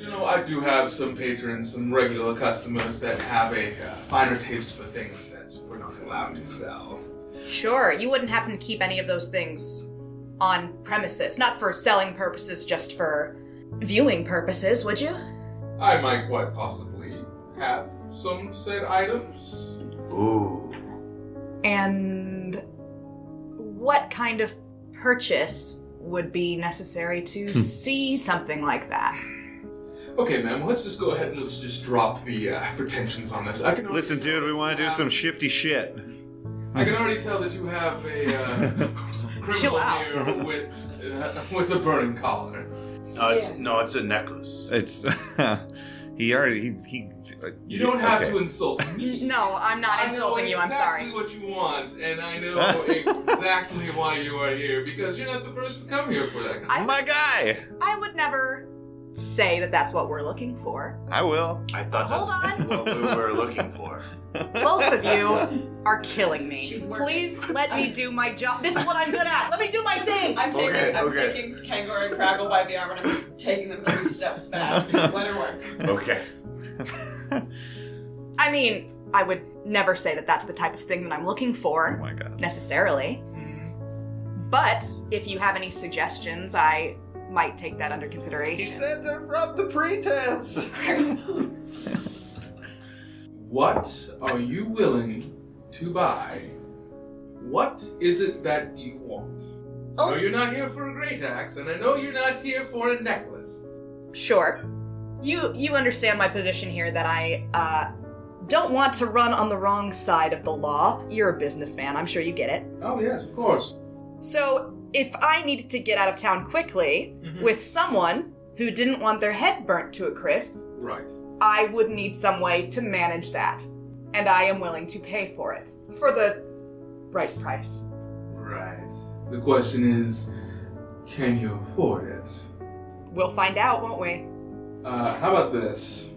E: You know, I do have some patrons, some regular customers that have a uh, finer taste for things that we're not allowed to sell.
G: Sure, you wouldn't happen to keep any of those things on premises, not for selling purposes, just for viewing purposes, would you?
E: I might quite possibly have some said items.
I: Ooh.
G: And what kind of purchase would be necessary to see something like that?
E: Okay, ma'am, let's just go ahead and let's just drop the uh, pretensions on this. I can already
D: listen,
E: tell
D: dude.
E: that
D: We
E: you
D: want to do
E: have-
D: some shifty shit.
E: I can already tell that you have a uh, criminal
G: Chill out.
E: here with uh, with a burning collar.
I: Uh, it's, no, it's a necklace.
D: It's. he already. He. he
E: You don't have
D: okay.
E: to insult me.
G: No, I'm not
E: I know
G: insulting you, I'm sorry.
E: exactly what you want, and I know exactly why you are here because you're not the first to come here for that. kind of-
G: I-
D: My guy.
G: I would never say that that's what we're looking for.
D: I will.
I: I thought that's
G: Hold on.
I: what we were looking for.
G: Both of you are killing me.
J: She's working.
G: Please let me do my job. This is what I'm good at. Let me do my thing.
C: I'm taking,
I: Okay,
C: I'm
I: okay.
C: taking Kangor and Craggle by the arm and I'm taking them two steps back. Let her work.
I: Okay.
G: I mean, I would never say that that's the type of thing that I'm looking
D: Oh
G: for
D: my god.
G: necessarily.
D: Hmm.
G: But if you have any suggestions, I might take that under
D: He
G: consideration.
D: said to rub the pretense.
E: What are you willing to buy? What is it that you want?
G: Oh.
E: No, you're not here for a great axe, and I know you're not here for a necklace.
G: Sure. You you understand my position here that I uh don't want to run on the wrong side of the law. You're a businessman. I'm sure you get it.
E: Oh yes, of course.
G: So, if I needed to get out of town quickly
D: Mm-hmm.
G: with someone who didn't want their head burnt to a crisp,
E: Right.
G: I would need some way to manage that, and I am willing to pay for it for the right price.
E: Right. The question is, can you afford it?
G: We'll find out, won't we?
E: Uh, how about this?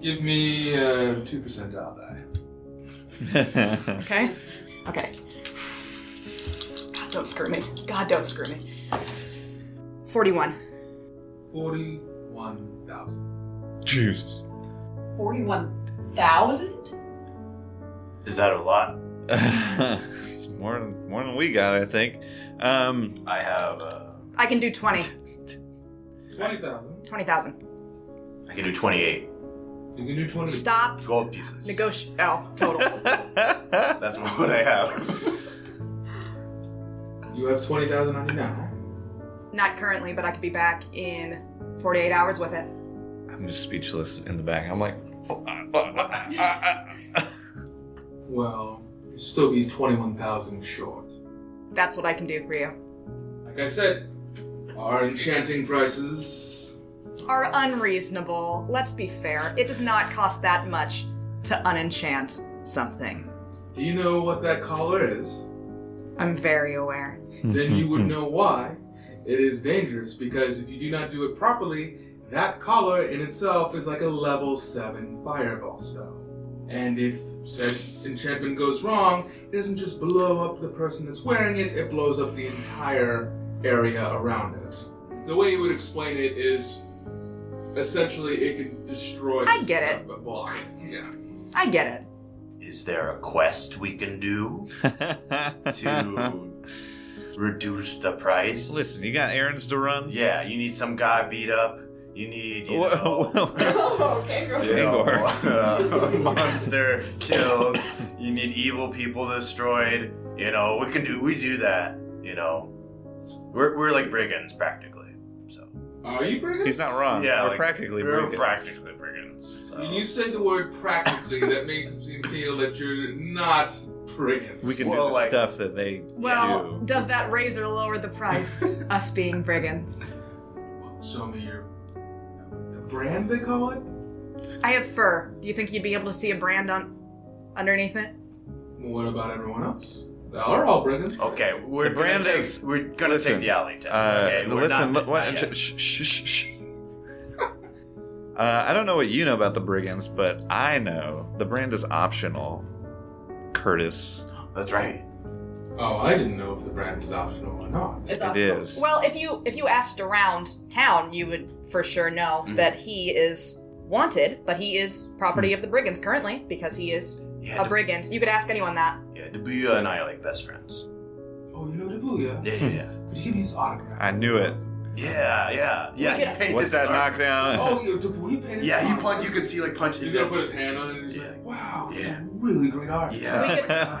E: Give me uh, two percent I'll die.
G: Okay. Okay. God, don't screw me. God, don't screw me. 41.
E: Forty-one thousand.
A: Jesus.
J: 41,000?
I: Is that a lot?
D: it's more than more than we got, I think. Um,
I: I have. Uh,
G: I can do 20.
E: Twenty thousand.
G: 20,000.
I: I can do 28
E: You can do twenty.
G: Stop.
I: gold pieces.
G: Negotiate. Oh, total.
I: That's what I have.
E: You have twenty thousand on you now.
G: Not currently, but I could be back in 48 hours with it.
D: I'm just speechless in the back. I'm like, oh, uh, uh, uh, uh, uh.
E: Well, you'll still be twenty-one thousand short.
G: That's what I can do for you.
E: Like I said, our enchanting prices.
G: Are unreasonable. Let's be fair. It does not cost that much to unenchant something.
E: Do you know what that collar is?
G: I'm very aware.
D: Mm-hmm.
E: Then you would know why it is dangerous because if you do not do it properly, that collar in itself is like a level 7 fireball spell. And if said enchantment goes wrong, it doesn't just blow up the person that's wearing it, it blows up the entire area around it. The way you would explain it is essentially it can destroy
G: I get it.
E: the block. Yeah.
G: I get it.
I: Is there a quest we can do to reduce the price?
D: Listen, you got errands to run.
I: Yeah, you need some guy beat up. You need, you
D: Wha-
I: know,
C: Oh, Kangor.
I: you know,
D: Igor.
I: uh, monster killed. You need evil people destroyed. You know, we can do we do that. You know, we're we're like brigands practically. So
E: Are you bringing
D: He's not wrong.
I: Yeah,
D: we're
I: like,
D: practically
I: we're
D: brigands.
I: practically brigands. So.
E: When you say the word practically, that makes me feel that you're not friggin'.
D: We can
I: Well,
D: do the
I: like-
D: stuff that they
G: Well,
D: do.
G: does that raise or lower the price? us being brigands.
E: Show me your the brand they call it.
G: I have fur. Do you think you'd be able to see a brand on underneath it?
E: Well, what about everyone else? They are all brigands.
I: Okay, we're
D: The brand
I: gonna take,
D: is-
I: we're gonna
D: listen,
I: take the alley test.
D: Uh,
I: okay, we're
D: listen, look,
I: not, not
D: what,
I: yet.
D: shh, shh, shh, shh. Uh, I don't know what you know about the brigands, but I know the brand is optional. Curtis,
I: That's right.
E: Oh, I didn't know if the brand was optional or not.
C: It's
D: it
C: optional.
D: is.
G: Well, if you if you asked around town, you would for sure know
D: Mm-hmm.
G: that he is wanted, but he is
D: Hmm.
G: property of the brigands currently because he is
I: Yeah,
G: a
I: the-
G: brigand. You could ask anyone that.
I: yeah, Dabuya and I are like best friends.
E: Oh, you know Dabuya?
I: Yeah, yeah,
E: Could you give me his autograph?
D: I knew it.
I: yeah, yeah. yeah he
G: could-
I: painted
D: What's that
I: his art-
D: knockdown?
E: Oh, yeah, Dabuya painted
I: Yeah,
E: his
I: he
E: autograph.
I: punch. You could see like punch.
E: He's gonna put his hand on it and he's
I: Yeah.
E: like, wow, yeah.
I: Yeah.
E: a really great artist.
I: Yeah.
G: Oh, We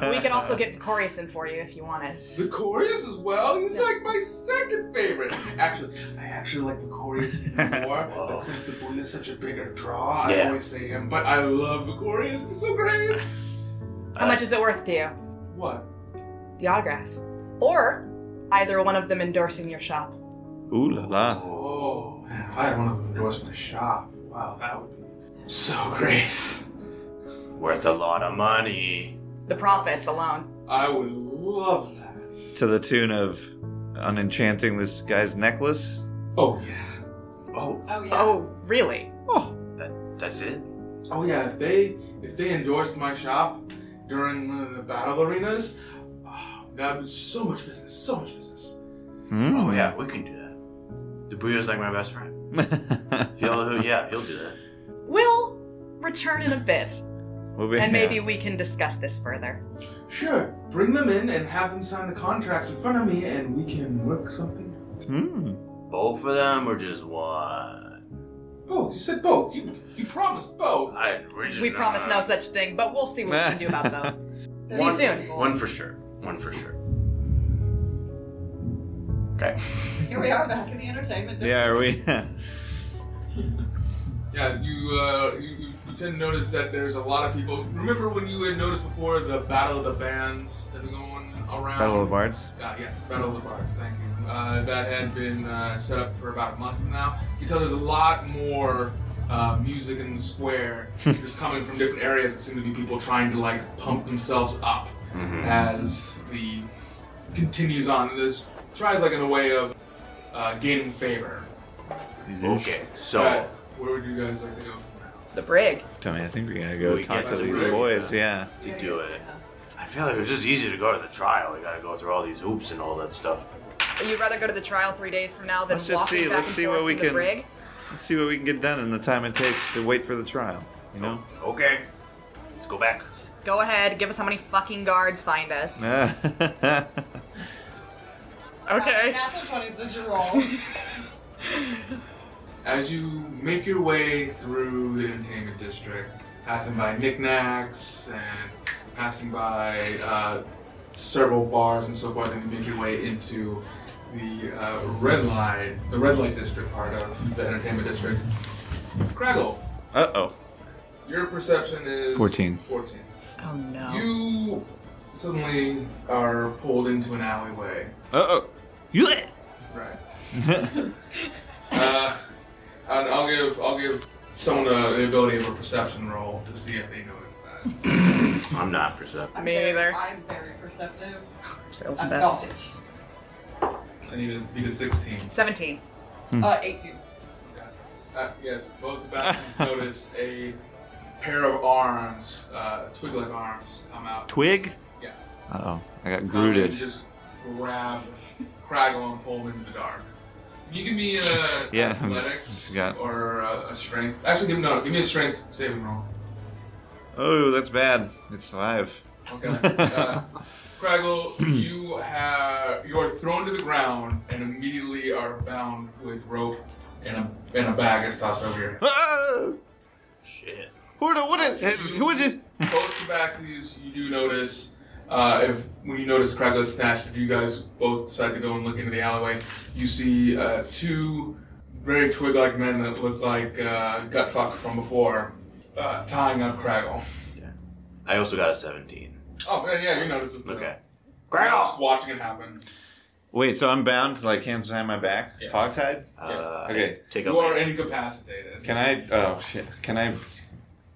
G: could we could also get Vicoriuson for you if you wanted.
E: Victorious as well? He's
G: Yes.
E: like my second favorite. Actually, I actually like Victorious even more, but since the boy is such a bigger draw, I
I: Yeah.
E: always say him, but I love Victorious. He's so
D: Uh,
E: great.
G: How much is it worth to you?
E: What?
G: The autograph, or either one of them endorsing your shop.
D: Ooh la la.
E: Oh, man, if I had one of them endorse my shop, wow, that would be so great.
I: worth a lot of money.
G: The profits alone.
E: I would love that.
D: To the tune of unenchanting this guy's necklace.
E: Oh, yeah.
I: Oh,
J: Oh yeah.
G: Oh, really?
I: that's it.
E: Oh, yeah, if they if they endorsed my shop during one of the battle arenas, oh, that would be so much business, so much business.
D: Hmm?
I: Oh yeah, we can do that. Dabuya's like my best friend. He'll, he'll- yeah, he'll do that.
G: We'll return in a bit,
D: We'll be-
G: and maybe we can discuss this further.
E: Sure, bring them in and have them sign the contracts in front of me, and we can work something.
D: Hmm.
I: Both of them or just one?
E: Both. You said both. You you promised both.
I: I, we're just
G: We promise no such thing, but we'll see what we can do about both. See you
I: One-
G: soon.
I: One for sure. One for sure.
J: Here we are back in the entertainment.
D: Yeah, are we?
E: Yeah, you uh, you, you you tend to notice that there's a lot of people. Remember when you had noticed before the battle of the bands that are going around?
D: Battle of the Bards.
E: Uh, yes, Battle of the Bards, thank you. Uh, that had been uh, set up for about a month now. You can tell there's a lot more uh, music in the square just coming from different areas. It seem to be people trying to like pump themselves up Mm-hmm. as the continues on. This tries like in a way of uh, gaining favor.
I: Okay, so
E: Right, where would you guys like to go?
G: The brig.
D: Come on, I think we're gonna go
I: We
D: talk
I: get
D: to
E: to
D: these
E: the-
D: boys. Yeah.
I: to do it. I feel like it was just easier to go to the trial. We gotta go through all these hoops and all that stuff.
G: You'd rather go to the trial three days from now than
D: Let's just
G: walking
D: see-
G: back
D: let's
G: and
D: see
G: forth
D: what we
G: from the
D: can-
G: brig?
D: Let's see what we can get done in the time it takes to wait for the trial. You know.
I: Okay, let's go back.
G: Go ahead. Give us how many fucking guards find us. Okay.
J: Natural twenty since you roll.
E: As you make your way through the entertainment district, passing by knickknacks and passing by uh, several bars and so forth, and you make your way into the uh, red light, the red light district part of the entertainment district. Craggle,
D: uh oh.
E: your perception is
D: 14.
E: Fourteen.
G: Oh no.
E: You suddenly are pulled into an alleyway.
D: Uh oh.
E: Right. uh, and I'll give I'll give someone a, the ability of a perception roll to see if they notice that.
I: I'm not perceptive.
J: I'm
G: Me
J: very-
G: neither.
J: I'm very perceptive.
G: That
J: I
C: uh,
G: wasn't bad.
C: oh.
J: felt it.
E: I need to beat a sixteen.
G: Seventeen.
J: Uh, eighteen.
E: Uh, yes, both the Bastions notice a pair of arms, uh, twig-like arms, come out.
D: Twig.
E: Yeah.
D: Uh oh. I got
E: Come and
D: grooted.
E: just grab Craggle and pull him into the dark. You give me a
D: Yeah, I'm just-
E: athletics
D: just got-
E: or uh, a, a strength. Actually, give no, give me a strength saving roll.
D: Oh, that's bad. It's five.
E: Okay. Uh, Craggle, you have you are thrown to the ground and immediately are bound with rope and a and a bag is tossed over your head.
D: Ah!
I: Shit.
D: Horda, what is? Who is it?
E: Both tabaxis, you do notice uh, if when you notice Craggle is snatched, if you guys both decide to go and look into the alleyway, you see uh, two very twig-like men that look like uh, Gutfuck from before uh, tying up Craggle.
I: I also got a 17.
E: Oh yeah, yeah, you notice this too.
I: Okay.
E: Just watching it happen.
D: Wait, so I'm bound, like hands behind my back,
E: Yes.
D: hog tied.
I: Uh,
D: Okay.
I: Take
E: You are
I: a
E: incapacitated.
D: Can I? Oh shit! Can I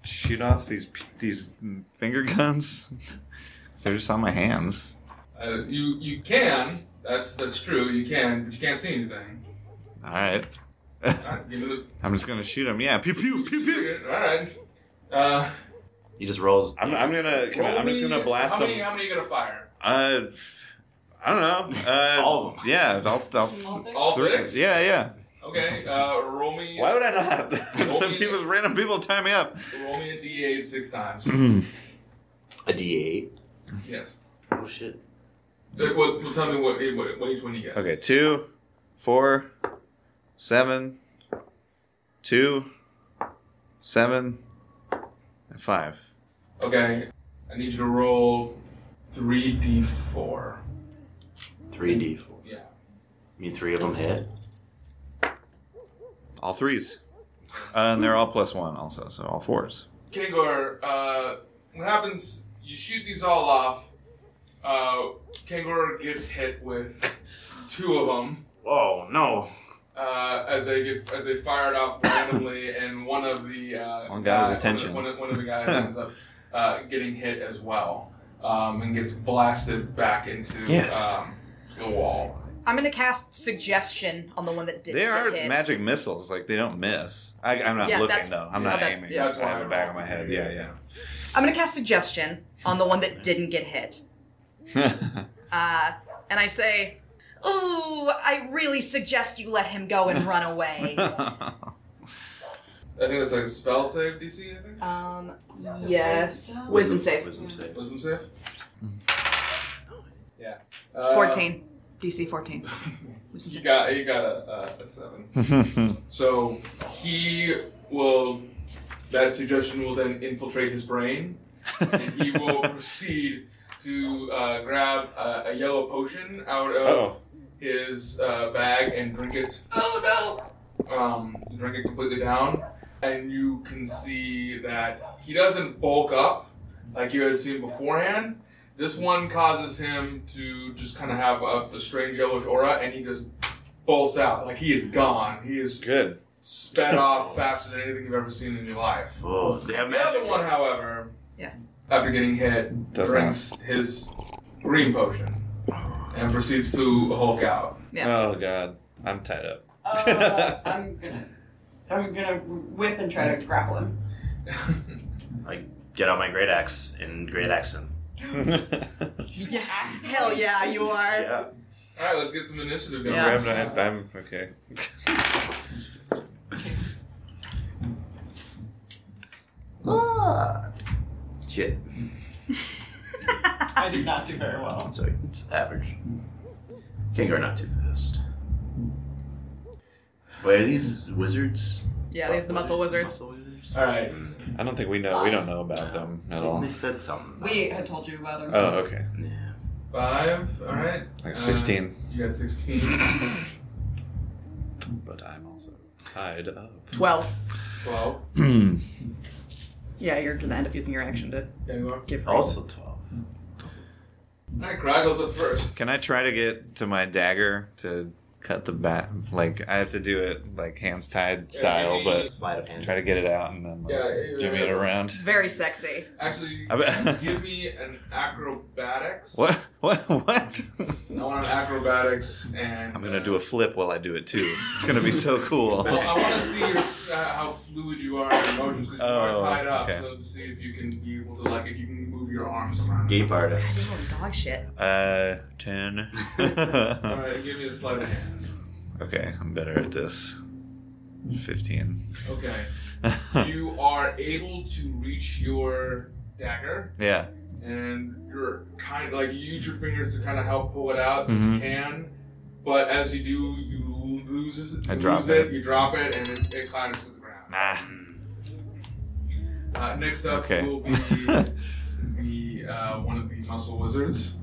D: shoot off these these finger guns? 'Cause They're just on my hands.
E: Uh, you you can. That's that's true. You can, but you can't see anything.
D: All right.
E: Alright, give me
D: I'm just gonna shoot him. Yeah, pew pew pew pew.
E: the. Alright. Uh,
I: He just rolls.
D: I'm, I'm gonna. Can I,
E: roll
D: I'm just
E: me-
D: gonna blast
E: how many,
D: him.
E: How many are you gonna fire?
D: Uh, I don't know. Uh,
I: All of them.
D: Yeah, I'll, I'll,
J: All six?
E: All
D: three-
E: six?
D: Yeah, yeah.
E: Okay, uh, roll me.
D: Why would I not?
E: Roll
D: Some
E: me-
D: people, random people, tie me up.
E: Roll me a d8 six times.
D: Mm-hmm.
I: Mm. A D8.
E: yes.
I: Oh shit.
E: The- Well, well, tell me what, what, what each one you get.
D: Okay, two, four, seven, two, seven, and five.
E: Okay, I need you to roll 3d4.
I: Three D4.
E: Yeah.
I: I mean, three of them hit.
D: All threes. Uh, and they're all plus one, also, so all fours.
E: Kangor, uh, what happens? You shoot these all off. Uh, Kangor gets hit with two of them
I: Oh no.
E: uh, as they get as they fired off randomly, and one of the uh,
D: One got his
E: guys-
D: attention.
E: One of, one of the guys ends up uh, getting hit as well, um, and gets blasted back into
D: Yes.
E: um, the wall.
G: I'm gonna cast suggestion on the one that did.
D: They are
G: hit.
D: magic missiles, like, they don't miss. I, I'm not
G: Yeah,
D: looking,
G: that's-
D: though. I'm
G: yeah,
D: not
G: that-
D: aiming.
E: yeah, that's
D: I have
E: why
D: it
E: I
D: back of my
E: rolled.
D: head. Yeah,
G: I'm gonna cast suggestion on the one that didn't get hit.
D: yeah.
G: Uh, and I say, "Ooh, I really suggest you let him go and run away."
E: I think that's like spell save DC. I think
G: um,
J: yes.
F: Wisdom save.
I: Wisdom save.
E: wisdom save.
D: Mm-hmm.
E: Yeah. Uh,
G: fourteen, DC fourteen. Wisdom
E: You
G: check.
E: got you got a, a, a seven. So he will. That suggestion will then infiltrate his brain, and he will proceed to uh, grab a, a yellow potion out of
D: oh.
E: his uh, bag and drink it.
J: Oh
E: Um, drink it completely down, and you can see that he doesn't bulk up like you had seen beforehand. This one causes him to just kind of have a, a strange yellowish aura, and he just bolts out like he is gone. He is
D: Good.
E: sped off faster than anything you've ever seen in your life.
I: Oh, they have
E: The other
I: magic.
E: one, however,
G: Yeah.
E: after getting hit,
D: Does
E: drinks his green potion and proceeds to Hulk out.
G: Yeah.
D: Oh, God. I'm tied up.
J: no! Uh, I'm gonna, I'm gonna whip and try to grapple him.
I: Get out my great axe and great axe him.
G: yeah. Hell yeah, you are.
I: Yeah.
E: All right, let's get some initiative going.
G: Yeah.
D: Grabbed a- I'm okay.
I: Shit.
C: I did not do very well.
I: Well, it's, like, it's average. Can't go not too fast. Wait, are these wizards?
G: Yeah, these are the muscle wizards.
I: Muscle wizards? Um,
E: All right,
D: I don't think we know. We don't know about them at all.
I: They said something. about
J: We had told you about him.
D: Oh, okay.
I: it. Yeah.
E: five. All right,
D: Like 16.
E: you got sixteen.
D: But I'm also tied up.
G: Twelve.
E: Twelve.
G: Yeah, you're gonna end up using your action to
E: Yeah, you are.
G: give.
I: Also 12.
E: All right, Graggles up first.
D: Can I try to get to my dagger to cut the bat? Like, I have to do it, like, hands tied style, but
I: Slide of hand.
D: try to get it out and then like,
E: Yeah, yeah,
D: jimmy
E: yeah.
D: it around.
G: It's very sexy.
E: Actually,
D: I bet-
E: give me an acrobatics.
D: What? What? What?
E: I want an acrobatics, and
D: I'm going to do a flip while I do it, too. It's going to be so cool.
E: Well, I want to see your, uh, how fluid you are in your emotions because you are
D: Oh,
E: tied up.
D: okay.
E: So to see if you can be able to like if you can move your arms. around.
I: Escape artist.
G: Oh, dog shit.
D: Uh, 10.
E: All right, give me a sleight of hand.
D: okay, I'm better at this. 15.
E: Okay, you are able to reach your dagger,
D: yeah.
E: and you're kind like you use your fingers to kind of help pull it out if
D: Mhm.
E: you can. But as you do, you loses
D: I
E: lose
D: drop
E: it,
D: it.
E: You drop it, and it, it clatters to the ground.
D: Nah.
E: Uh, next up
D: Okay.
E: will be the uh, one of the muscle wizards.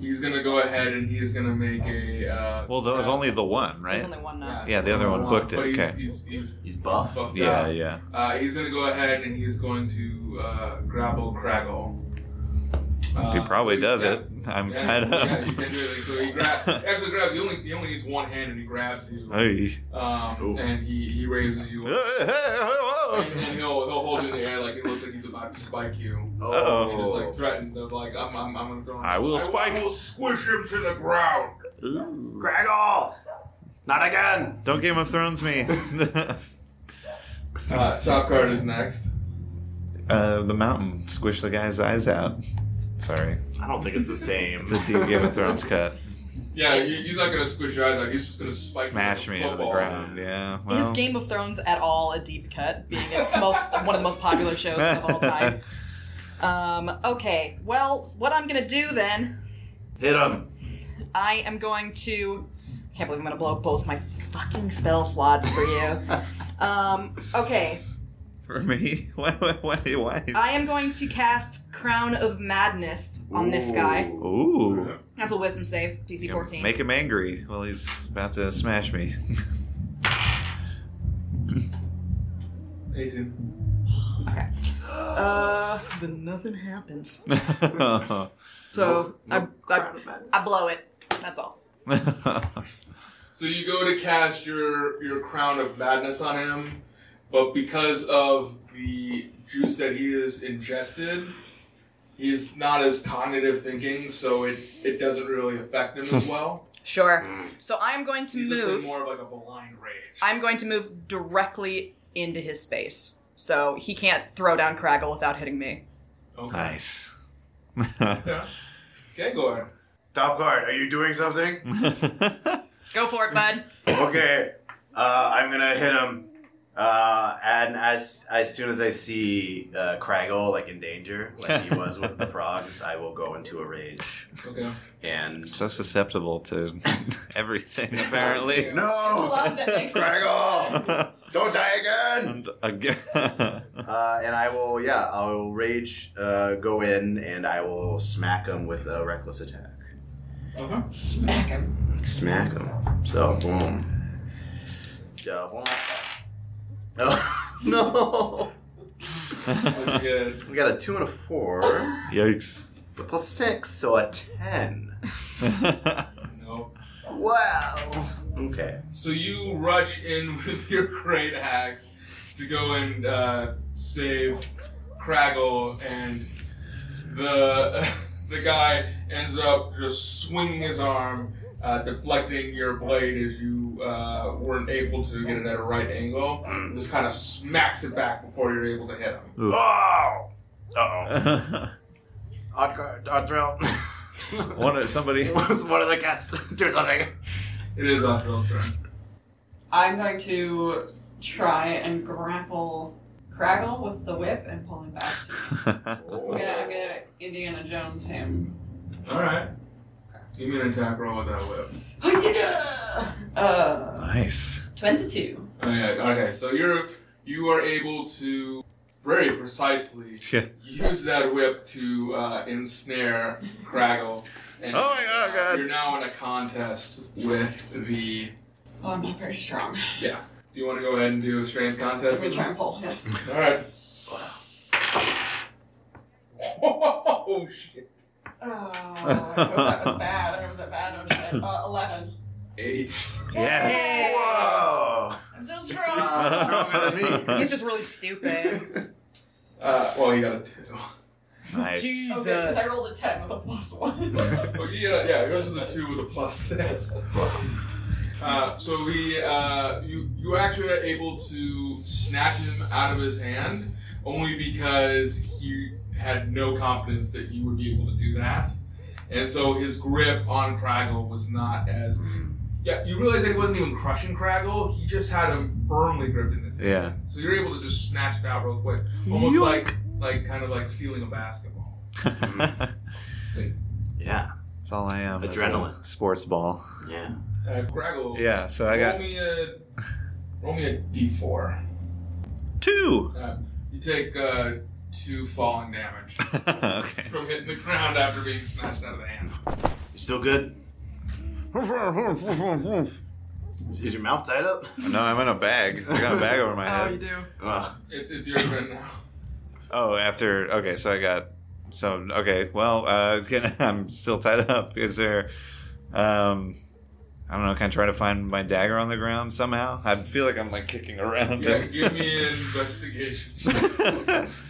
E: He's gonna go ahead and he's gonna make a. Uh,
D: Well, there was
E: uh,
D: only the
J: There's
D: one, right?
J: only one now.
D: Yeah, the other one booked it,
E: But he's,
D: okay.
E: He's, he's
I: He's buff.
E: buffed
D: Yeah,
E: out.
D: yeah.
E: Uh, he's gonna go ahead and he's going to uh, grapple Craggle. Uh,
D: He probably
E: so
D: does
E: yeah,
D: it. I'm
E: yeah,
D: tied
E: Yeah, he
D: up.
E: can do it. So he grabs. Actually, grabs. He only he only needs one hand and he grabs you.
D: Hey.
E: Um,
I: Ooh.
E: and he, he raises you. up. And, and
D: Uh
E: he'll he'll hold you in the air like it looks like he's about to spike you. He just
D: Oh.
E: like threatened of like I'm I'm I'm gonna throw him.
D: I will spike.
E: I will squish him to the ground.
D: oh.
I: Craggle! Not
E: Oh.
I: again.
D: Don't Game of Thrones me.
E: Uh, top card is next.
D: uh, the mountain squished the guy's eyes out. Sorry,
I: I don't think it's the same.
D: it's a deep Game of Thrones cut.
E: Yeah, you, he's not gonna squish your eyes out. He's just gonna spike you
D: Smash
E: with
D: me
E: a
D: into the
E: football.
D: ground. Yeah.
G: Is
D: Well,
G: Game of Thrones at all a deep cut, being it's most one of the most popular shows of all time? Um, okay, well, what I'm gonna do then,
I: Hit him.
G: I am going to. I can't believe I'm gonna blow both my fucking spell slots for you. um, okay,
D: for me, why? Why? Why? why?
G: I am going to cast Crown of Madness on this guy.
D: Ooh.
G: That's a wisdom save, DC 14.
D: Make him angry while he's about to smash me.
E: 18.
G: uh, then nothing happens.
D: oh,
G: So I, I,
C: Crown of Madness.
G: I blow it. That's all.
E: So you go to cast your your crown of madness on him, but because of the juice that he is ingested, he's not as cognitive thinking, so it, it doesn't really affect him as well.
G: Sure. So I am going to
E: He's just in
G: move.
E: more of like a blind rage.
G: I'm going to move directly into his space. So he can't throw down Craggle without hitting me.
E: Okay.
D: nice.
E: Yeah. Okay, Gordon.
I: Top guard, are you doing something?
G: Go for it, bud.
I: okay, uh, I'm gonna hit him. Uh, and as as soon as I see uh, Craggle like in danger, like he was with the frogs, I will go into a rage.
E: Okay.
I: And
D: so susceptible to everything, apparently.
I: no,
J: Love that makes
I: Craggle, don't die again.
D: And again.
I: Uh, and I will, yeah, I will rage, uh, go in, and I will smack him with a reckless attack.
C: Smack him.
I: Smack him. So boom. Double. Oh no!
E: That's good.
I: We got a two and a four.
D: Yikes.
I: plus six, so a ten.
E: No.
I: Wow. Okay.
E: So you rush in with your great axe to go and uh, save Craggle, and the the guy ends up just swinging his arm, uh, deflecting your blade as you uh, weren't able to get it at a right angle. Just kind of smacks it back before you're able to hit him.
I: Oh. Uh oh. Odd card. Odd drill.
D: One of somebody.
I: One of the cats do something.
E: It is Othril's turn.
C: I'm going to try and grapple Craggle with the whip and pull him back. To me. I'm gonna, I'm gonna Indiana Jones him.
E: All right. Give me an attack roll with that whip.
C: Oh, Uh,
D: nice.
C: 22.
E: Okay, okay, so you're you are able to very precisely
D: Yeah.
E: use that whip to uh, ensnare Craggle. And
D: Oh my God, God.
E: You're now in a contest with the.
C: Oh, I'm not very strong.
E: Yeah. Do you want to go ahead and do a strength
C: I'm
E: contest?
C: gonna try and pull him.
E: All right. Oh shit!
C: Oh, I hope that was bad. I hope that was bad. Uh, 11.
E: Eight.
D: Yes.
I: Whoa.
C: I'm so strong.
G: He's just really stupid.
E: Uh, well, you got a two.
D: nice.
G: Jesus.
C: Okay, 'cause I rolled a 10 with a plus 1.
E: Well, yeah, yeah, yours was a two with a plus six. Uh, so the uh, you you actually are able to snatch him out of his hand only because he had no confidence that you would be able to do that, and so his grip on Craggle was not as. Yeah, you realize that he wasn't even crushing Craggle; he just had him firmly gripped in his hand.
D: Yeah.
E: So you're able to just snatch it out real quick, almost like like kind of like stealing a basketball.
D: That's
I: Yeah.
D: all I am. is a
I: Adrenaline.
D: Sports ball.
I: Yeah.
E: Uh, Craggle.
D: Yeah, so I
E: roll
D: got
E: me a roll me a d4.
D: two.
E: Uh, you take uh, two falling damage
D: okay.
E: from hitting the ground after being snatched out of the hand.
I: You still good? Is your mouth tied up?
D: No, I'm in a bag. I got a bag over my
H: Oh, you
D: head.
H: do.
I: Ugh.
E: It's, it's your turn now.
D: Oh, after okay, so I got so okay. Well, uh, can, I'm still tied up. Is there? Um, I don't know. Can I try to find my dagger on the ground somehow? I feel like I'm like kicking around.
E: Yeah,
D: it.
E: give me an investigation.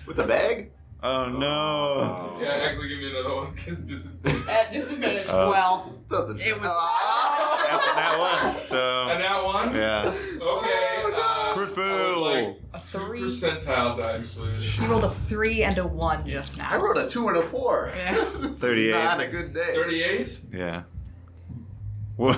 I: With the bag?
D: oh no!
E: Yeah, actually, give me another one because this is.
C: At disadvantage.
D: Uh,
G: well,
I: Doesn't.
G: it was.
I: Ah.
D: that one. So.
E: And that one?
D: Yeah.
E: Okay. uh,
D: Crit
E: I
D: fail.
E: would like
G: A
E: two
G: three.
E: percentile dice, please.
G: You rolled a three and a one just now.
K: I rolled a two and a four. This is
D: 38.
K: Not a good day.
E: 38?
D: Yeah. What,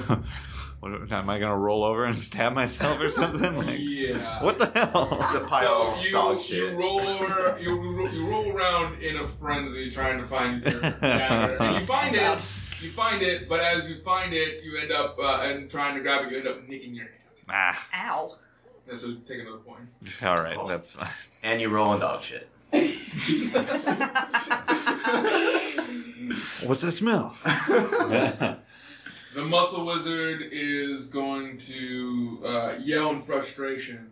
D: what am I gonna roll over and stab myself or something? Like,
E: Yeah.
D: what the hell?
K: It's a pile
E: so
K: of
E: you,
K: dog
E: you
K: shit.
E: roll over, you, ro- you roll around in a frenzy trying to find your dagger. And you find it, you find it, but as you find it, you end up, uh, and trying to grab it, you end up nicking your hand.
D: ah,
G: Ow.
E: And so take another point.
D: all right, that's fine.
I: And you rolling dog shit.
D: What's that smell?
E: The muscle wizard is going to uh, yell in frustration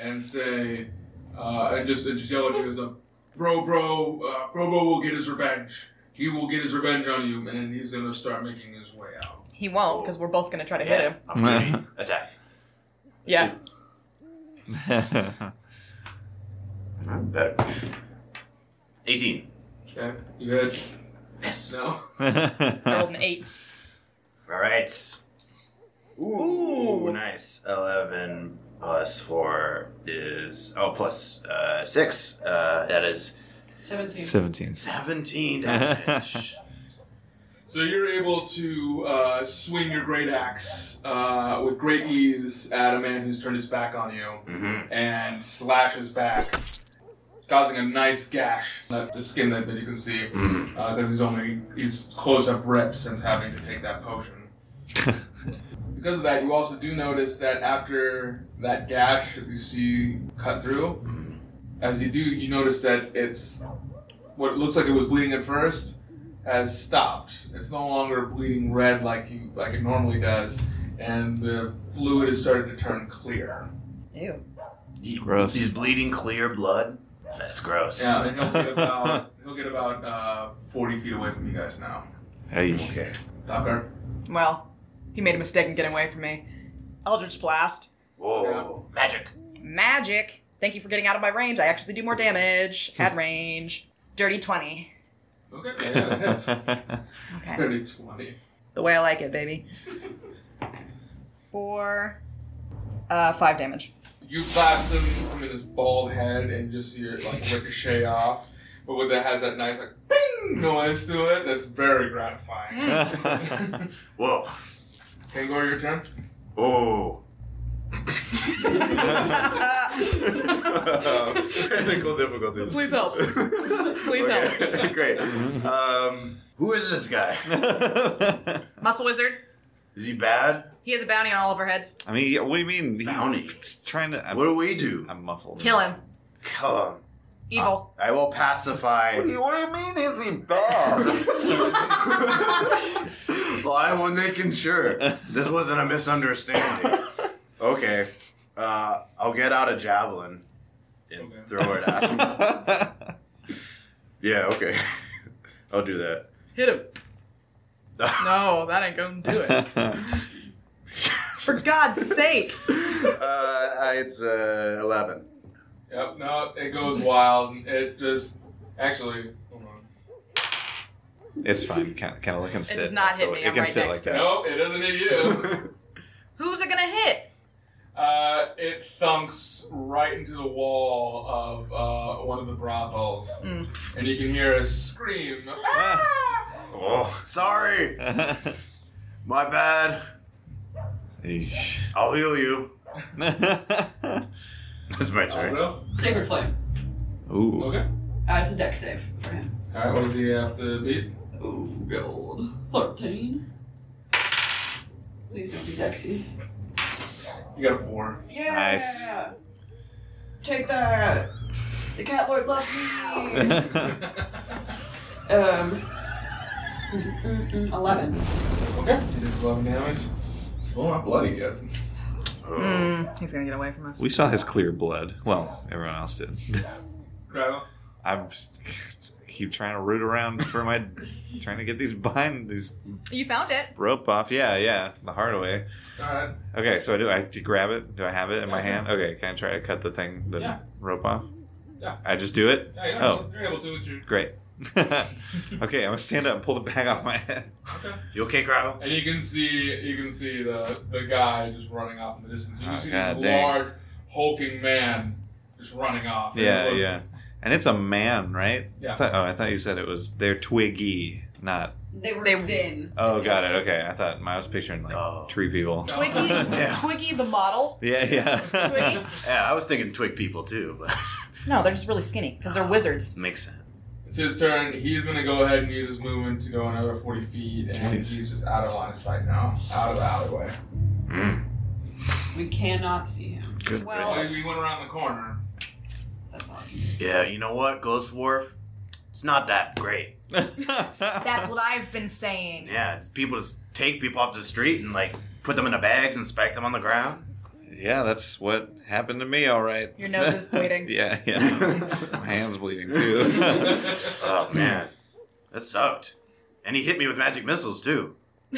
E: and say, uh, and just, and just yell at you, the, bro, bro, uh, bro, bro will get his revenge. He will get his revenge on you, and he's going to start making his way out.
G: He won't because we're both gonna try to hit
I: Yeah.
G: him.
I: Opportunity. Attack.
G: Yeah.
D: I'm better.
I: 18.
E: Okay? You good?
I: Yes.
E: No?
G: I rolled an eight.
I: All right. Ooh, nice. 11 plus 4 is. Oh, plus uh, 6. Uh, that is
C: 17.
D: 17.
I: 17 damage.
E: So you're able to uh, swing your great axe uh, with great ease at a man who's turned his back on you.
I: mm-hmm.
E: and slashes back, causing a nice gash that the skin that, that you can see because he's only he's close up ripped since having to take that potion. because of that, you also do notice that after that gash that you see cut through, as you do, you notice that it's what looks like it was bleeding at first has stopped. It's no longer bleeding red like you like it normally does. And the fluid is starting to turn clear.
G: Ew.
D: Gross.
I: He's bleeding clear blood. That's gross.
E: Yeah, and he'll get about he'll get about uh, forty feet away from you guys now.
D: Hey.
I: Okay.
E: Docker.
G: Well, he made a mistake in getting away from me. Eldritch blast.
I: Whoa. Magic.
G: Magic. Thank you for getting out of my range. I actually do more damage at range. Dirty 20.
E: Okay, yeah, that's
G: Okay.
E: thirty twenty.
G: The way I like it, baby. Four. Uh, five damage.
E: You blast him from his bald head and just see it like ricochet off, but with that has that nice like ping noise to it. That's very gratifying.
I: Whoa.
E: Can you go to your turn?
D: Oh.
I: Whoa.
K: Technical difficulty.
G: Please help. Please help.
K: Great.
I: Um, who is this guy?
G: Muscle Wizard.
I: Is he bad?
G: He has a bounty on all of our heads.
D: I mean, yeah, what do you mean? He-
I: Bounty.
D: Trying to. I'm,
I: What do we do?
D: I'm muffled.
G: Kill him.
I: Kill him.
G: Evil.
I: I will pacify.
K: What do you what do you mean? Is he bad?
I: well, I was making sure this wasn't a misunderstanding. Okay, uh, I'll get out a javelin and
E: Okay.
I: throw it at him. yeah, okay, I'll do that.
G: Hit him. Uh, No, that ain't gonna do it. For God's sake.
I: Uh, it's uh, eleven.
E: Yep. No, it goes wild. It just actually. Hold on.
D: it's fine. Kind of, kind of let him sit.
G: does not hit me.
D: It
G: I'm
D: can
G: right
D: sit
G: next
D: like
G: to
D: that.
E: No, it doesn't hit you.
G: Who's it gonna hit?
E: Uh, it thunks right into the wall of uh, one of the brothels, and you can hear a scream.
I: Oh, sorry, my bad.
D: Eesh.
I: I'll heal you.
D: Ah.
I: That's my turn.
E: Alright.
C: Sacred Flame.
D: Ooh.
E: Okay.
C: Uh, it's a deck save for him.
E: Alright, what does he have to beat?
C: Oh, gold. 13. Please don't be Dexy.
E: You got a four.
C: Yeah!
D: Nice.
C: Take that! The cat lord loves me! um. mm, mm, mm, 11.
E: Okay. He does 11 damage. Still not bloody yet.
G: Mm, he's gonna get away from us.
D: Uh, we saw his clear blood. Well, everyone else did.
E: Gravel.
D: I'm just- keep trying to root around for my trying to get these bind these
G: You found it.
D: rope off. Yeah, yeah, the hard way.
E: Alright.
D: Okay, so I do I have to grab it? Do I have it in my
E: Yeah.
D: hand? Okay, can I try to cut the thing the
E: Yeah.
D: rope off?
E: Yeah.
D: I just do it.
E: Yeah, you're,
D: Oh.
E: you're able to with your.
D: Great. okay, I'm gonna stand up and pull the bag off my head.
E: Okay.
G: Uh-huh.
I: You okay, Gravel?
E: And you can see you can see the the guy just running off in the distance. You can
D: Oh,
E: see
D: God
E: this
D: dang.
E: large hulking man just running off.
D: Yeah,
E: And look-
D: yeah. And it's a man, right?
E: Yeah.
D: I thought, oh, I thought you said it was they're twiggy, not.
J: They were thin.
D: Oh, got it. Okay, I thought I was picturing like tree people.
G: Twiggy,
D: yeah.
G: Twiggy the model.
D: Yeah, yeah.
G: Twiggy.
I: Yeah, I was thinking twig people too, but
G: No, they're just really skinny because they're wizards.
I: makes sense.
E: It's his turn. He's gonna go ahead and use his movement to go another forty feet, and
I: Jeez.
E: he's just out of line of sight now, out of the alleyway.
I: Mm.
C: We cannot see him.
I: Good
C: well,
E: Like, we went around the corner.
C: that's all.
I: Yeah, you know what, Ghost Wharf? It's not that great.
F: That's what I've been saying.
I: Yeah, it's people just take people off the street and like put them into bags and spike them on the ground.
D: Yeah, that's what happened to me. All right.
G: Your nose is bleeding.
D: yeah, yeah. My hand's bleeding too.
I: oh
D: Hmm.
I: man, that sucked. And he hit me with magic missiles too.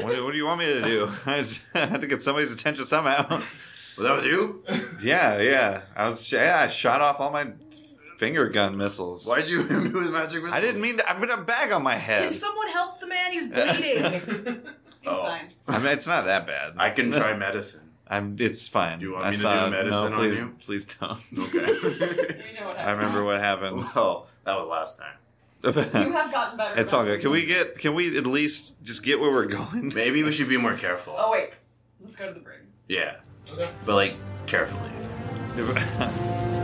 D: what, do- what do you want me to do? I, just, I had to get somebody's attention somehow.
I: Well, that was you.
D: Yeah, yeah. I was. Yeah, I shot off all my finger gun missiles.
I: Why'd you hit me with magic missiles?
D: I didn't mean to. I put a bag on my
G: Can
D: head.
G: someone help the man? He's bleeding.
D: Oh.
C: He's fine.
D: I mean, it's not that bad.
I: I can try medicine.
D: I'm. It's fine. Do
I: you want
D: I
I: me to
D: saw-
I: do medicine
D: no,
I: on
D: please,
I: you?
D: Please don't.
C: We
I: Okay.
C: know what
D: I
C: happened.
D: remember what happened.
I: well, that was last time.
C: You have gotten better.
D: it's all
C: friends than
D: good. Can we get? Can we at least just get where we're going?
I: Maybe we should be more careful.
C: Oh wait, let's go to the brig.
I: Yeah,
E: Okay.
I: but like carefully.
D: All